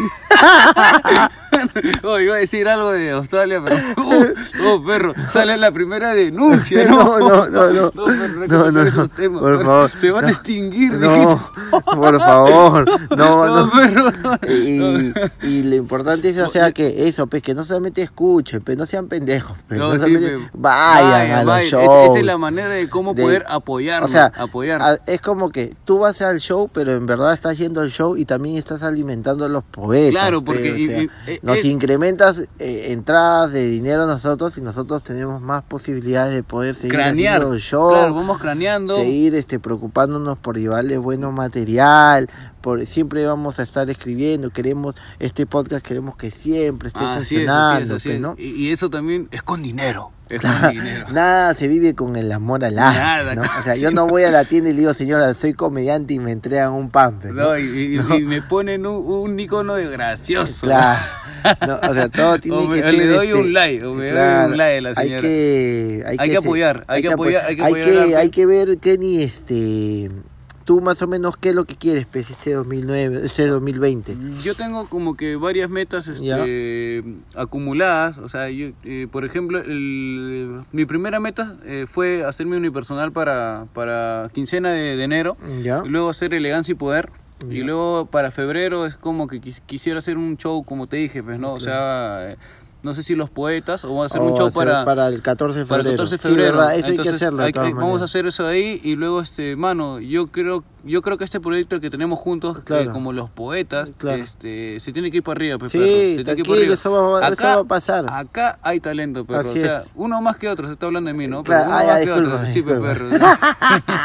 Speaker 1: Oh, iba a decir algo de Australia, pero oh, oh, perro, sale la primera denuncia,
Speaker 2: No,
Speaker 1: ¿no?
Speaker 2: no, no, no.
Speaker 1: No, perro, hay que
Speaker 2: No,
Speaker 1: tocar
Speaker 2: no,
Speaker 1: esos
Speaker 2: no.
Speaker 1: temas,
Speaker 2: Por
Speaker 1: perro.
Speaker 2: favor.
Speaker 1: Se van a
Speaker 2: No.
Speaker 1: extinguir, dijiste.
Speaker 2: No, por favor, no,
Speaker 1: No,
Speaker 2: no.
Speaker 1: perro, no.
Speaker 2: Y, y lo importante es, o sea, que eso, pues, que no solamente escuchen, pues, no sean pendejos, pues, no
Speaker 1: sí,
Speaker 2: solamente-
Speaker 1: pe.
Speaker 2: vayan, a los
Speaker 1: vayan. Es-
Speaker 2: shows.
Speaker 1: Esa es la manera de cómo
Speaker 2: De-
Speaker 1: poder apoyar.
Speaker 2: o sea,
Speaker 1: apoyar.
Speaker 2: a- es como que tú vas al show, pero en verdad estás yendo al show y también estás alimentando a los poetas.
Speaker 1: Claro,
Speaker 2: pues,
Speaker 1: porque
Speaker 2: o
Speaker 1: y-
Speaker 2: sea,
Speaker 1: y- eh,
Speaker 2: nos
Speaker 1: es-
Speaker 2: incrementas eh, entradas de dinero nosotros y nosotros tenemos más posibilidades de poder seguir
Speaker 1: cranear.
Speaker 2: haciendo show.
Speaker 1: Claro, vamos craneando.
Speaker 2: seguir este preocupándonos por llevarles buenos material, por, siempre vamos a estar escribiendo, queremos este podcast, queremos que siempre esté
Speaker 1: Ah, así es, así es,
Speaker 2: funcionando,
Speaker 1: así
Speaker 2: pues,
Speaker 1: es.
Speaker 2: ¿no?
Speaker 1: Y, y eso también es con dinero. Es con dinero.
Speaker 2: Nada se vive con el amor al arte,
Speaker 1: Nada,
Speaker 2: ¿no? O sea,
Speaker 1: casi
Speaker 2: yo no voy a la tienda y le digo, señora, soy comediante y me entregan un pamper, ¿no?
Speaker 1: No, y, y- y me ponen un, un icono de gracioso.
Speaker 2: Claro. No, o sea, todo tiene
Speaker 1: O me-
Speaker 2: que
Speaker 1: o
Speaker 2: ser,
Speaker 1: le doy
Speaker 2: este,
Speaker 1: un like, o me doy un like a la
Speaker 2: Hay
Speaker 1: señora.
Speaker 2: que, hay
Speaker 1: Hay
Speaker 2: que
Speaker 1: que
Speaker 2: ser-
Speaker 1: apoyar, hay que
Speaker 2: apo-
Speaker 1: apoyar- hay que apoyar al
Speaker 2: Hay que,
Speaker 1: arte.
Speaker 2: hay que ver, Kenny, este, tú más o menos qué es lo que quieres, pues, este 2009, este 2020.
Speaker 1: Yo tengo como que varias metas
Speaker 2: Ya.
Speaker 1: este, acumuladas. O sea, yo, eh, por ejemplo, el- mi primera meta eh, fue hacerme unipersonal para, para quincena de, de enero.
Speaker 2: ¿Ya?
Speaker 1: Y luego hacer elegancia y poder. Y
Speaker 2: Ya.
Speaker 1: luego para febrero es como que quis- quisiera hacer un show, como te dije, pues, ¿no? O sea, eh, no sé si los poetas o voy a hacer un
Speaker 2: O
Speaker 1: show
Speaker 2: hacer
Speaker 1: para,
Speaker 2: el 14 de
Speaker 1: para
Speaker 2: febrero.
Speaker 1: el 14 de
Speaker 2: Sí,
Speaker 1: febrero.
Speaker 2: verdad, eso hay que
Speaker 1: Entonces,
Speaker 2: hacerlo. de
Speaker 1: hay que-
Speaker 2: todas
Speaker 1: vamos a
Speaker 2: maneras.
Speaker 1: hacer eso ahí y luego, este, mano, yo creo, yo creo que este proyecto que tenemos juntos, eh,
Speaker 2: Claro.
Speaker 1: como los poetas,
Speaker 2: Claro.
Speaker 1: este, se tiene que ir para arriba, pe,
Speaker 2: Sí,
Speaker 1: perro. Se tiene que ir para
Speaker 2: tranquilo,
Speaker 1: arriba.
Speaker 2: eso va- eso va a pasar.
Speaker 1: Acá hay talento, perro.
Speaker 2: Así
Speaker 1: o sea,
Speaker 2: es.
Speaker 1: uno más que otro, se está hablando de mí, ¿no?
Speaker 2: Claro,
Speaker 1: Pero uno
Speaker 2: ah, ya,
Speaker 1: más que
Speaker 2: disculpa,
Speaker 1: otro, sí, pe,
Speaker 2: disculpa.
Speaker 1: perro. ¿no?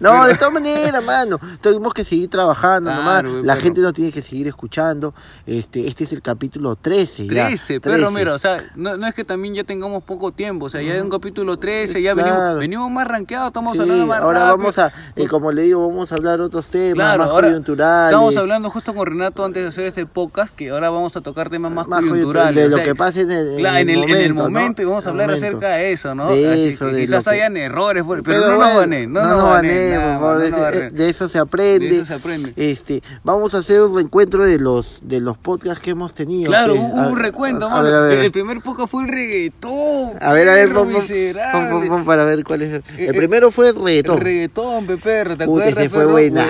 Speaker 2: No, de todas maneras, mano. Tenemos que seguir trabajando
Speaker 1: Claro,
Speaker 2: nomás.
Speaker 1: güey,
Speaker 2: La
Speaker 1: perro.
Speaker 2: gente nos tiene que seguir escuchando. Este este es el capítulo 13. ya,
Speaker 1: 13, perro,
Speaker 2: 13.
Speaker 1: mira, o sea, no, no es que también ya tengamos poco tiempo, o sea, ya en un capítulo 13, ya
Speaker 2: Mm. Claro.
Speaker 1: venimos, venimos más ranqueados, estamos
Speaker 2: Sí,
Speaker 1: hablando más
Speaker 2: ahora
Speaker 1: rápido.
Speaker 2: vamos a, eh, como le digo, vamos a hablar otros temas
Speaker 1: Claro,
Speaker 2: más
Speaker 1: ahora
Speaker 2: coyunturales.
Speaker 1: estamos hablando justo con Renato antes de hacer este podcast, que ahora vamos a tocar temas más,
Speaker 2: Más
Speaker 1: coyunturales.
Speaker 2: coyuntural, de
Speaker 1: o
Speaker 2: lo que pase en el- en
Speaker 1: claro,
Speaker 2: el
Speaker 1: en el
Speaker 2: momento, ¿no?
Speaker 1: momento, y vamos a
Speaker 2: El
Speaker 1: hablar
Speaker 2: momento.
Speaker 1: acerca de eso, ¿no?
Speaker 2: De
Speaker 1: Así
Speaker 2: eso,
Speaker 1: que
Speaker 2: de lo
Speaker 1: quizás
Speaker 2: que-
Speaker 1: hayan errores, pues, pero, pero no
Speaker 2: bueno,
Speaker 1: nos banen, no,
Speaker 2: no
Speaker 1: nos
Speaker 2: baneen,
Speaker 1: banen. nada
Speaker 2: por
Speaker 1: más,
Speaker 2: favor,
Speaker 1: no
Speaker 2: de,
Speaker 1: nos
Speaker 2: de-
Speaker 1: banen.
Speaker 2: de eso se aprende.
Speaker 1: De eso se aprende.
Speaker 2: Este, vamos a hacer un reencuentro de los de los podcasts que hemos tenido.
Speaker 1: Claro,
Speaker 2: que-
Speaker 1: un,
Speaker 2: a-
Speaker 1: un recuento,
Speaker 2: a
Speaker 1: mano.
Speaker 2: ver, a ver.
Speaker 1: El primer podcast fue el reggaetón.
Speaker 2: A ver, a ver,
Speaker 1: perro
Speaker 2: pon, pon,
Speaker 1: miserable.
Speaker 2: pon, pon, pon para ver cuál es. El,
Speaker 1: Eh, eh,
Speaker 2: primero fue reggaetón.
Speaker 1: El reggaetón, pe, perro, ¿te
Speaker 2: Puta,
Speaker 1: acuerdas?
Speaker 2: ese fue
Speaker 1: perro?
Speaker 2: buenazo,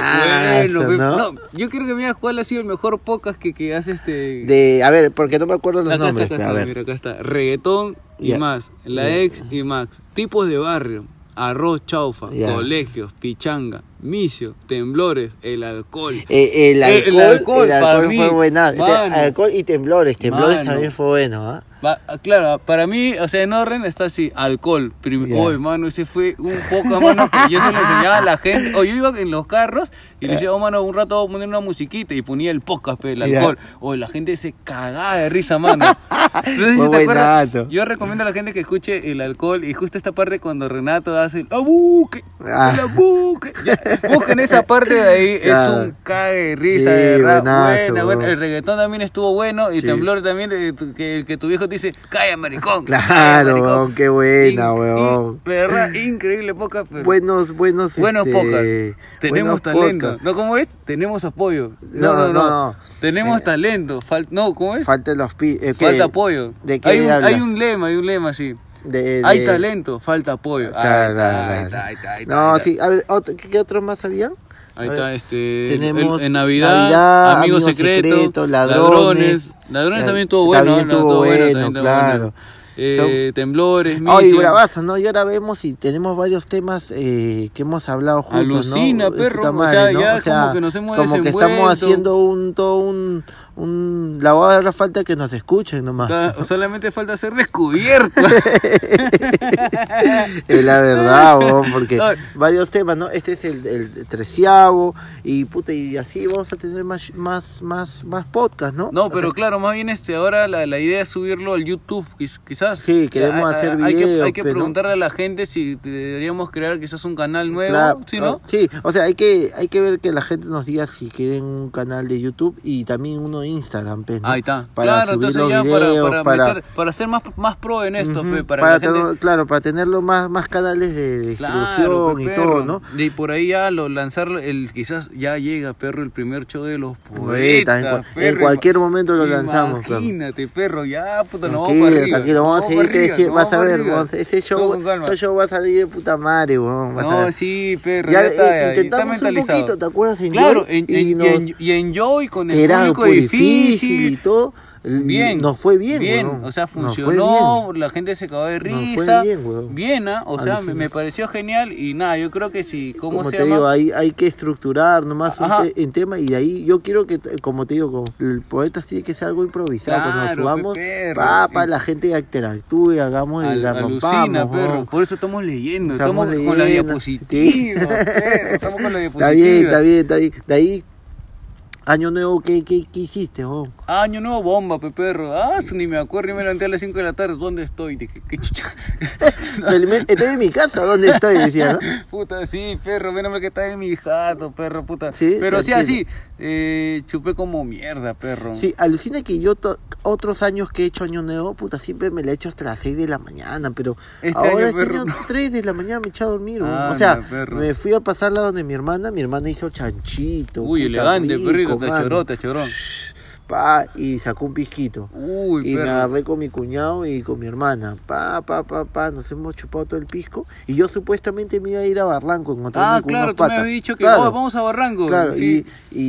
Speaker 1: pe-
Speaker 2: ¿no?
Speaker 1: yo creo que me digas cuál ha sido el mejor podcast que, que hace este...
Speaker 2: de, a ver, porque no me acuerdo los
Speaker 1: acá
Speaker 2: nombres.
Speaker 1: está,
Speaker 2: pero
Speaker 1: acá
Speaker 2: a
Speaker 1: está,
Speaker 2: ver.
Speaker 1: mira, acá está. Reggaetón y
Speaker 2: Ya.
Speaker 1: más. La ex y Max. Tipos de barrio. Arroz, chaufa,
Speaker 2: Ya.
Speaker 1: colegios, pichanga, micio, temblores, el alcohol.
Speaker 2: Eh, el,
Speaker 1: Eh,
Speaker 2: alcohol, el
Speaker 1: el
Speaker 2: alcohol,
Speaker 1: alcohol para mí,
Speaker 2: fue buenazo. Este,
Speaker 1: mano.
Speaker 2: alcohol y temblores. Temblores
Speaker 1: Mano.
Speaker 2: también fue bueno. ¿ah?
Speaker 1: Va- ah, claro, para mí, o sea, en orden está así, alcohol. Prim
Speaker 2: Ya.
Speaker 1: Oye, mano, ese fue un poco, mano, que yo se lo enseñaba a la gente. O yo iba en los carros y le decía, oh, mano, un rato voy a poner una musiquita y ponía el podcast, pe, el
Speaker 2: Ya.
Speaker 1: alcohol. Oye, la gente se cagaba de risa, mano. No sé si
Speaker 2: Muy
Speaker 1: te acuerdas.
Speaker 2: buenazo.
Speaker 1: Yo recomiendo a la gente que escuche el alcohol y justo esta parte cuando Renato hace el abuque,
Speaker 2: Ah.
Speaker 1: el abuque. Ya, Busquen esa parte de ahí,
Speaker 2: Claro.
Speaker 1: es un cague de risa,
Speaker 2: Sí,
Speaker 1: de verdad.
Speaker 2: buenazo,
Speaker 1: Buena, buena.
Speaker 2: weón.
Speaker 1: El reggaetón también estuvo bueno y
Speaker 2: Sí.
Speaker 1: temblor también eh, tu- que, que tu viejo te dice calla maricón calla,
Speaker 2: Claro,
Speaker 1: maricón".
Speaker 2: weón, qué buena,
Speaker 1: Inc-
Speaker 2: weón.
Speaker 1: in- verdad increíble poca pero
Speaker 2: Buenos, buenos,
Speaker 1: buenos
Speaker 2: este,
Speaker 1: pocas tenemos
Speaker 2: buenos
Speaker 1: talento
Speaker 2: podcasts.
Speaker 1: no cómo es tenemos apoyo
Speaker 2: No,
Speaker 1: no no no,
Speaker 2: no, no.
Speaker 1: tenemos
Speaker 2: Eh,
Speaker 1: talento fal- no cómo es
Speaker 2: Falta los pi- eh, ¿qué?
Speaker 1: falta apoyo
Speaker 2: ¿De qué
Speaker 1: hay un, hay
Speaker 2: hablas?
Speaker 1: un lema hay un lema así
Speaker 2: De-
Speaker 1: hay
Speaker 2: de-
Speaker 1: talento falta apoyo Ahí
Speaker 2: Claro,
Speaker 1: está, ahí
Speaker 2: claro,
Speaker 1: está, ahí está, ahí está,
Speaker 2: No,
Speaker 1: ahí está.
Speaker 2: sí, a ver, otro- ¿qué, qué otros más habían?
Speaker 1: Ahí
Speaker 2: A
Speaker 1: está,
Speaker 2: ver,
Speaker 1: este.
Speaker 2: Eh, tenemos
Speaker 1: el- en Navidad,
Speaker 2: Navidad,
Speaker 1: Amigo,
Speaker 2: Amigo
Speaker 1: secreto,
Speaker 2: Secreto, Ladrones.
Speaker 1: Ladrones. Ladrones también estuvo bueno.
Speaker 2: También
Speaker 1: ¿no?
Speaker 2: estuvo bueno,
Speaker 1: también estuvo
Speaker 2: claro.
Speaker 1: Eh, Temblores,
Speaker 2: Ay,
Speaker 1: Misión.
Speaker 2: bravazo, ¿no? Y ahora vemos y tenemos varios temas eh, que hemos hablado juntos, ¿no?
Speaker 1: Alucina,
Speaker 2: De
Speaker 1: perro,
Speaker 2: puta
Speaker 1: o sea,
Speaker 2: madre, ¿no?
Speaker 1: ya
Speaker 2: O sea,
Speaker 1: como que nos hemos
Speaker 2: como que estamos
Speaker 1: desenvuelto.
Speaker 2: haciendo un, todo un, un... La ahora falta que nos escuchen nomás.
Speaker 1: Ta- Solamente falta ser descubierto.
Speaker 2: Es la verdad, weón, porque
Speaker 1: Ay.
Speaker 2: varios temas, ¿no? Este es el, el treceavo y puta, y así vamos a tener más, más, más, más podcast, ¿no?
Speaker 1: No,
Speaker 2: O
Speaker 1: pero
Speaker 2: sea,
Speaker 1: claro, más bien este ahora la, la idea es subirlo al YouTube, quiz- quizás.
Speaker 2: Sí, queremos
Speaker 1: hay-
Speaker 2: hacer
Speaker 1: hay, hay que,
Speaker 2: video, pues,
Speaker 1: hay que
Speaker 2: pero-
Speaker 1: preguntarle a la gente si deberíamos crear quizás un canal nuevo,
Speaker 2: claro,
Speaker 1: ¿sí no?
Speaker 2: ah, sí, o sea, hay que, hay que ver que la gente nos diga si quieren un canal de YouTube y también uno de Instagram, pues, ¿no?
Speaker 1: Ahí está.
Speaker 2: Para
Speaker 1: claro,
Speaker 2: subir
Speaker 1: entonces
Speaker 2: los
Speaker 1: ya
Speaker 2: videos,
Speaker 1: para, para,
Speaker 2: para-
Speaker 1: meter- para ser más, más pro en esto,
Speaker 2: Ujú,
Speaker 1: pe, para, que la
Speaker 2: tener-
Speaker 1: gente
Speaker 2: Claro, para tenerlo más, más canales de, de distribución
Speaker 1: Claro, pe,
Speaker 2: y
Speaker 1: perro.
Speaker 2: todo, ¿no?
Speaker 1: Y por ahí ya lo lanzar el quizás ya llega perro el primer show de los
Speaker 2: Poeta,
Speaker 1: poetas.
Speaker 2: en, cua- en
Speaker 1: perro,
Speaker 2: cualquier momento lo
Speaker 1: ima-
Speaker 2: lanzamos. claro.
Speaker 1: Imagínate, perro, ya puta no vamos para
Speaker 2: Tranquilo,
Speaker 1: arriba.
Speaker 2: tranquilo, vamos a seguir
Speaker 1: para arriba,
Speaker 2: creciendo,
Speaker 1: vamos
Speaker 2: vas a
Speaker 1: para
Speaker 2: ver,
Speaker 1: arriba.
Speaker 2: vamos a- ese
Speaker 1: Todo
Speaker 2: show,
Speaker 1: con calma.
Speaker 2: ese show va a salir de puta madre, weón, vas a
Speaker 1: No,
Speaker 2: ver.
Speaker 1: sí, perro,
Speaker 2: Ya,
Speaker 1: ya, está,
Speaker 2: eh,
Speaker 1: ya,
Speaker 2: intentamos
Speaker 1: está
Speaker 2: un
Speaker 1: mentalizado.
Speaker 2: poquito, ¿te acuerdas? En
Speaker 1: Claro,
Speaker 2: Joy?
Speaker 1: en,
Speaker 2: Y
Speaker 1: en, y,
Speaker 2: nos-
Speaker 1: en, y en Joy con el
Speaker 2: que era
Speaker 1: público
Speaker 2: muy difícil y
Speaker 1: difícil.
Speaker 2: todo,
Speaker 1: Bien.
Speaker 2: nos fue bien,
Speaker 1: Bien,
Speaker 2: weón,
Speaker 1: o sea,
Speaker 2: nos fue
Speaker 1: funcionó,
Speaker 2: bien.
Speaker 1: la gente se cagó de
Speaker 2: Nos fue
Speaker 1: risa.
Speaker 2: bien, weón.
Speaker 1: ah, o sea, me,
Speaker 2: Alucina.
Speaker 1: me pareció genial y nada, yo creo que sí, ¿cómo
Speaker 2: Como
Speaker 1: se
Speaker 2: te
Speaker 1: llama?
Speaker 2: digo, hay, hay que estructurar nomás un
Speaker 1: Ajá.
Speaker 2: te- en tema y de ahí yo quiero que, t- como te digo, como el poeta tiene que ser algo improvisado,
Speaker 1: Claro,
Speaker 2: cuando
Speaker 1: pe,
Speaker 2: nos subamos,
Speaker 1: perro.
Speaker 2: pa, pa, la gente interactúe, hagamos y
Speaker 1: Al-
Speaker 2: la
Speaker 1: alucina,
Speaker 2: rompamos,
Speaker 1: perro.
Speaker 2: weón.
Speaker 1: Por eso estamos leyendo,
Speaker 2: Estamos
Speaker 1: estamos, con la
Speaker 2: leyendo.
Speaker 1: diapositiva, perro, estamos con la diapositiva.
Speaker 2: Está bien, está bien, está bien. De ahí Año nuevo, ¿qué, qué, qué hiciste, oh?
Speaker 1: Año nuevo, bomba, pe perro. Ah, su, ni me acuerdo, ni me levanté a las 5 de la tarde. ¿Dónde estoy? Dije, qué chucha.
Speaker 2: Felizmente, Estoy en mi casa, ¿dónde estoy? Decía, ¿no?
Speaker 1: Puta, sí, perro, menos mal que está en mi jato, perro, puta.
Speaker 2: Sí,
Speaker 1: Pero sí,
Speaker 2: tranquilo.
Speaker 1: así, eh, chupé como mierda, perro.
Speaker 2: Sí, alucina que yo to- otros años que he hecho año nuevo, puta, siempre me la he hecho hasta las 6 de la mañana, pero
Speaker 1: Este año,
Speaker 2: ahora este
Speaker 1: perro,
Speaker 2: año
Speaker 1: no.
Speaker 2: 3 de la mañana me he echado a dormir, weón.
Speaker 1: Anda,
Speaker 2: o sea,
Speaker 1: perro.
Speaker 2: me fui a pasarla donde mi hermana, mi hermana hizo chanchito.
Speaker 1: Uy,
Speaker 2: puta,
Speaker 1: elegante,
Speaker 2: rico,
Speaker 1: perrito,
Speaker 2: mano.
Speaker 1: tachorota, chorón.
Speaker 2: Pa, y sacó un pisquito.
Speaker 1: Uy,
Speaker 2: y me
Speaker 1: perro.
Speaker 2: agarré con mi cuñado y con mi hermana. Pa, pa, pa, pa, nos hemos chupado todo el pisco. Y yo supuestamente me iba a ir a Barranco a encontrarme
Speaker 1: Ah,
Speaker 2: con
Speaker 1: claro,
Speaker 2: unos
Speaker 1: tú me
Speaker 2: patas.
Speaker 1: habías dicho que
Speaker 2: Claro.
Speaker 1: "Oh, vamos a Barranco.
Speaker 2: Claro,
Speaker 1: sí.
Speaker 2: y,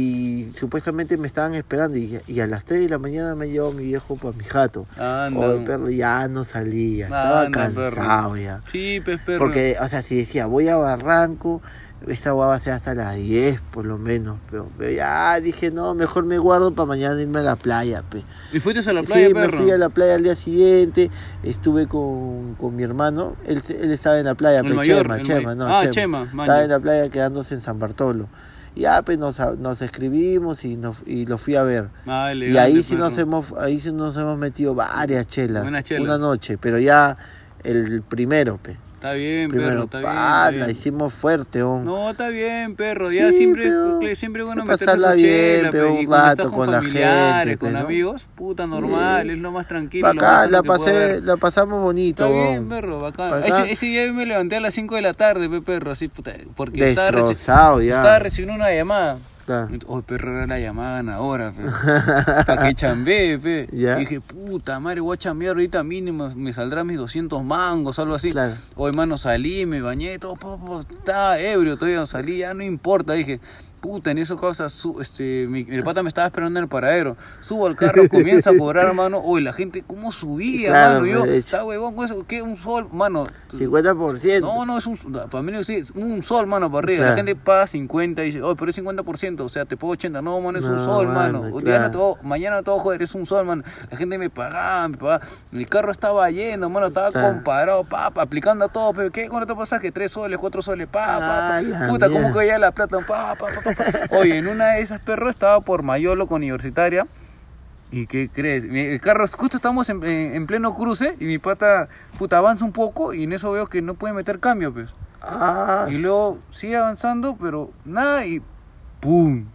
Speaker 2: y supuestamente me estaban esperando y, y a las 3 de la mañana me llevó mi viejo para mi jato.
Speaker 1: Anda.
Speaker 2: Oh, perro, ya no salía,
Speaker 1: Ah,
Speaker 2: estaba
Speaker 1: anda, perro.
Speaker 2: cansado ya.
Speaker 1: Sí, pues, perro.
Speaker 2: Porque, o sea, si decía, voy a Barranco, esa hueá va a ser hasta las 10 por lo menos. Pero, pero ya dije, no, mejor me guardo para mañana irme a la playa. Pe.
Speaker 1: ¿Y fuiste a la playa,
Speaker 2: sí,
Speaker 1: perro?
Speaker 2: me fui a la playa al día siguiente, estuve con, con mi hermano, él, se- él estaba en la playa,
Speaker 1: El
Speaker 2: pe,
Speaker 1: mayor,
Speaker 2: Chema,
Speaker 1: el may-
Speaker 2: Chema, no,
Speaker 1: Ah,
Speaker 2: Chema.
Speaker 1: Chema, maño.
Speaker 2: estaba en la playa quedándose en San Bartolo. Y ya, pues nos, nos escribimos y, nos, y lo fui a ver.
Speaker 1: Ah,
Speaker 2: y ahí
Speaker 1: elegante,
Speaker 2: sí, nos
Speaker 1: perro.
Speaker 2: hemos, ahí sí nos hemos metido varias chelas,
Speaker 1: Buenas chelas.
Speaker 2: una noche, pero ya el primero, pe.
Speaker 1: Está bien, perro,
Speaker 2: Primero,
Speaker 1: está
Speaker 2: pa,
Speaker 1: bien, está
Speaker 2: la
Speaker 1: bien.
Speaker 2: hicimos fuerte, on.
Speaker 1: No, está bien, perro. Ya
Speaker 2: Sí,
Speaker 1: siempre,
Speaker 2: pero
Speaker 1: cle- siempre bueno
Speaker 2: hay que
Speaker 1: meterse
Speaker 2: pasarla
Speaker 1: su
Speaker 2: bien,
Speaker 1: chela,
Speaker 2: pero
Speaker 1: pe, y
Speaker 2: un
Speaker 1: cuando estás
Speaker 2: rato
Speaker 1: con,
Speaker 2: con la
Speaker 1: familiares,
Speaker 2: gente,
Speaker 1: con
Speaker 2: pe, ¿no?
Speaker 1: amigos, puta, normal, es lo más tranquilo. lo más
Speaker 2: Bacán,
Speaker 1: sano
Speaker 2: la
Speaker 1: que puede
Speaker 2: pasé,
Speaker 1: haber.
Speaker 2: la pasamos bonito,
Speaker 1: Está bien,
Speaker 2: on.
Speaker 1: perro, bacán.
Speaker 2: Bacán.
Speaker 1: Ese, ese día yo me levanté a las 5 de la tarde, pe, perro, así, puta, porque estaba, reci-
Speaker 2: destrozado ya.
Speaker 1: estaba recibiendo una llamada.
Speaker 2: Claro.
Speaker 1: Oh, perro, era la llamada ganadora, pe. Para que chambeé, pe.
Speaker 2: Ya.
Speaker 1: Y dije, puta madre, voy a chambear ahorita mínimo, me saldrán mis 200 mangos, algo así.
Speaker 2: Claro.
Speaker 1: Hoy, mano, salí, me bañé, todo, po, po, estaba ebrio, todavía no salí, ya no importa. Dije, puta, en eso causa, su- este, mi, el pata me estaba esperando en el paradero. Subo al carro, comienza a cobrar, mano. Hoy, la gente, ¿cómo subía,
Speaker 2: Claro, pues,
Speaker 1: mano? Yo,
Speaker 2: de hecho.
Speaker 1: está huevón con eso, ¿qué? Un sol, mano.
Speaker 2: 50%.
Speaker 1: No, no, es un, para mí sí, es un sol, mano, para arriba. La
Speaker 2: Claro.
Speaker 1: gente paga 50 y dice, oh, pero es 50%, o sea, te pago 80. No, mano, es un
Speaker 2: No,
Speaker 1: sol, mano.
Speaker 2: mano,
Speaker 1: Hoy día no
Speaker 2: claro.
Speaker 1: te voy- mañana no te voy a joder, es un sol, mano. La gente me pagaba, me pagaba. El carro estaba lleno, mano, estaba
Speaker 2: Claro.
Speaker 1: comparado, papa, aplicando a todo. Pero, ¿qué? ¿Cuánto pasaje? Tres soles, cuatro soles, pa, pa, pa.
Speaker 2: Ah, la
Speaker 1: Puta, ¿cómo
Speaker 2: mierda.
Speaker 1: caía la plata? Pa, pa, pa, pa. Oye, en una de esas perros estaba por Mayolo con Universitaria. ¿Y qué crees? Mi- El carro, justo estamos en, en- en pleno cruce y mi pata, puta, avanza un poco y en eso veo que no puede meter cambio, pues.
Speaker 2: Ah,
Speaker 1: Y luego sigue avanzando, pero nada y ¡pum!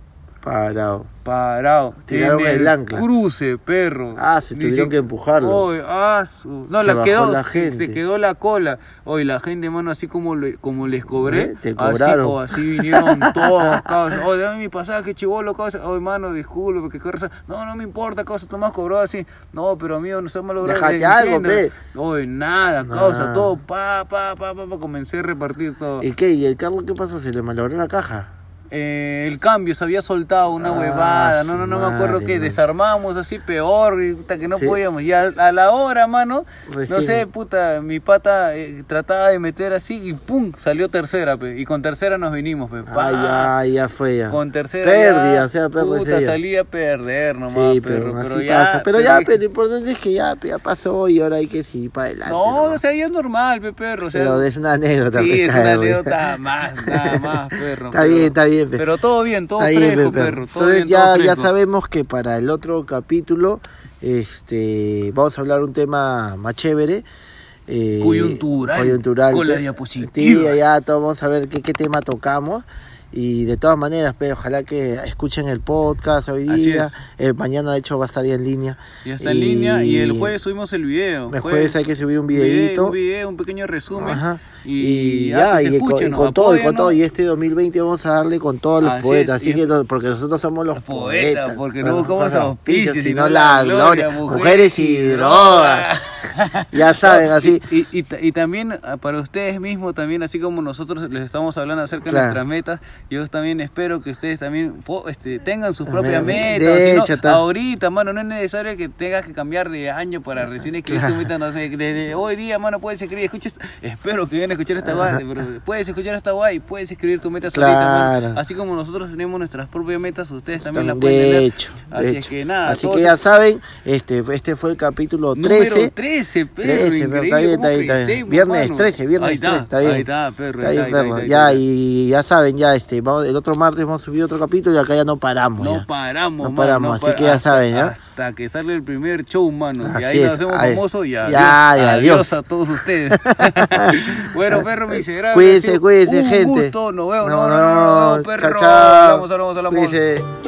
Speaker 2: parado.
Speaker 1: Parado.
Speaker 2: Tiraron
Speaker 1: en
Speaker 2: el ancla.
Speaker 1: Cruce, perro.
Speaker 2: Ah, se
Speaker 1: Ni
Speaker 2: tuvieron
Speaker 1: si-
Speaker 2: que empujarlo.
Speaker 1: Oy, ah, su- No,
Speaker 2: Se
Speaker 1: la
Speaker 2: bajó
Speaker 1: quedó,
Speaker 2: la
Speaker 1: se- se
Speaker 2: gente.
Speaker 1: quedó la cola. Oye, la gente, mano, así como, le- como les cobré,
Speaker 2: ¿Eh? Te
Speaker 1: así,
Speaker 2: cobraron.
Speaker 1: oh, así vinieron todos, causa. Oye, dame mi pasaje, chivolo, causa. Oye, mano, disculpe, porque qué raza. No, no me importa, causa, Tomás cobró así. No, pero amigo, no se me logrado.
Speaker 2: Dejate algo, Ah.
Speaker 1: Oye, nada, causa,
Speaker 2: Nah.
Speaker 1: todo, pa, pa, pa, pa, pa, comencé a repartir todo.
Speaker 2: ¿Y qué? ¿Y el carro qué pasó? ¿Se le malogró la caja?
Speaker 1: Eh, el cambio se había soltado una
Speaker 2: Ah,
Speaker 1: huevada, no,
Speaker 2: su
Speaker 1: no, no me acuerdo
Speaker 2: madre,
Speaker 1: que
Speaker 2: man.
Speaker 1: desarmamos así peor, y, puta, que no
Speaker 2: Sí.
Speaker 1: podíamos. Y al- a, la hora, mano, no
Speaker 2: Recién.
Speaker 1: sé, puta, mi pata eh, trataba de meter así y pum, salió tercera, pe, y con tercera nos vinimos, pe, pa,
Speaker 2: Ah, ya, ya fue ya.
Speaker 1: con tercera.
Speaker 2: Pérdida,
Speaker 1: ya,
Speaker 2: o sea, perro, ese
Speaker 1: puta,
Speaker 2: día.
Speaker 1: salí a perder nomás,
Speaker 2: Sí,
Speaker 1: perro,
Speaker 2: pero, así
Speaker 1: pero ya,
Speaker 2: pasa. Pero ya,
Speaker 1: dije,
Speaker 2: pero lo importante es que ya, pe, ya pasó y ahora hay que seguir para adelante.
Speaker 1: No, o
Speaker 2: nomás.
Speaker 1: sea, ya es normal, pe, perro, o sea,
Speaker 2: Pero es una anécdota.
Speaker 1: Sí,
Speaker 2: pe,
Speaker 1: es
Speaker 2: está
Speaker 1: una
Speaker 2: bien.
Speaker 1: anécdota más, nada más, perro.
Speaker 2: Está
Speaker 1: pero-
Speaker 2: bien, está bien, pe.
Speaker 1: Pero todo bien, todo
Speaker 2: Está bien,
Speaker 1: fresco,
Speaker 2: pe, perro.
Speaker 1: perro. todo
Speaker 2: Entonces
Speaker 1: bien,
Speaker 2: ya,
Speaker 1: todo
Speaker 2: ya
Speaker 1: fresco.
Speaker 2: sabemos que para el otro capítulo este, vamos a hablar un tema más chévere. eh,
Speaker 1: Coyuntural,
Speaker 2: coyuntural,
Speaker 1: con
Speaker 2: pe.
Speaker 1: las diapositivas.
Speaker 2: Sí, ya todos vamos a ver qué, qué tema tocamos. Y de todas maneras, pe, ojalá que escuchen el podcast hoy
Speaker 1: Así
Speaker 2: día.
Speaker 1: es.
Speaker 2: Eh, mañana, de hecho, va a estar ya en línea.
Speaker 1: Ya está en línea y el jueves subimos el video.
Speaker 2: El jueves hay que subir un videito.
Speaker 1: Un video, un pequeño resumen.
Speaker 2: Ajá.
Speaker 1: Y,
Speaker 2: Y, ya,
Speaker 1: pues,
Speaker 2: y con, y
Speaker 1: escúchenos,
Speaker 2: con todo, y con
Speaker 1: apóyanos.
Speaker 2: todo. Y este 2020 vamos a darle con todos los
Speaker 1: Así
Speaker 2: poetas,
Speaker 1: es,
Speaker 2: así
Speaker 1: y-
Speaker 2: que no- porque nosotros somos los,
Speaker 1: Los poetas,
Speaker 2: poetas,
Speaker 1: porque no
Speaker 2: Bueno,
Speaker 1: buscamos
Speaker 2: ajá,
Speaker 1: auspicios,
Speaker 2: sino la gloria, mujeres y drogas. ya saben, así.
Speaker 1: Y, y, ta- y también ah, para ustedes mismos, también así como nosotros les estamos hablando acerca
Speaker 2: Claro.
Speaker 1: de nuestras metas, yo también espero que ustedes también po- este, tengan sus propias
Speaker 2: De
Speaker 1: metas. si no,
Speaker 2: hecho, tal.
Speaker 1: ahorita, mano, no es necesario que tengas que cambiar de año para recién escribir tu meta. No sé, desde hoy día, mano, puedes escribir. Escuches, espero que deben escuchar esta guay. pero Puedes escuchar esta guay, puedes escribir tu meta
Speaker 2: Claro.
Speaker 1: solita, mano. Así como nosotros tenemos nuestras propias metas, ustedes también las pueden
Speaker 2: de
Speaker 1: tener.
Speaker 2: hecho, de
Speaker 1: Así es
Speaker 2: hecho.
Speaker 1: que nada,
Speaker 2: Así
Speaker 1: todos-
Speaker 2: que ya saben, este, este fue el capítulo 13.
Speaker 1: Número 13, perro.
Speaker 2: 13,
Speaker 1: increíble
Speaker 2: pero está
Speaker 1: cómo
Speaker 2: bien, está bien, está bien.
Speaker 1: crecemos,
Speaker 2: Viernes
Speaker 1: mano.
Speaker 2: 13, viernes
Speaker 1: Ahí está,
Speaker 2: 13, está bien.
Speaker 1: Ahí está, perro.
Speaker 2: Está bien,
Speaker 1: ahí
Speaker 2: perro.
Speaker 1: ahí
Speaker 2: ya,
Speaker 1: ahí
Speaker 2: y ya saben, ya este, vamos, el otro martes vamos a subir otro capítulo y acá ya no paramos.
Speaker 1: No
Speaker 2: ya.
Speaker 1: paramos,
Speaker 2: No
Speaker 1: mano,
Speaker 2: paramos, así que ya
Speaker 1: hasta-
Speaker 2: saben, ¿ya?
Speaker 1: Hasta que sale el primer show, mano.
Speaker 2: Así
Speaker 1: y ahí
Speaker 2: es,
Speaker 1: nos hacemos
Speaker 2: ahí.
Speaker 1: famosos y
Speaker 2: Ya,
Speaker 1: adiós,
Speaker 2: y
Speaker 1: adiós.
Speaker 2: adiós.
Speaker 1: a todos ustedes. bueno, perro, me dice
Speaker 2: Cuídense, cuídense,
Speaker 1: un
Speaker 2: gente.
Speaker 1: gusto, nos vemos. No, no, no, no, no, perro.
Speaker 2: Chao, chao.
Speaker 1: Hablamos, hablamos, hablamos.
Speaker 2: Cuídense.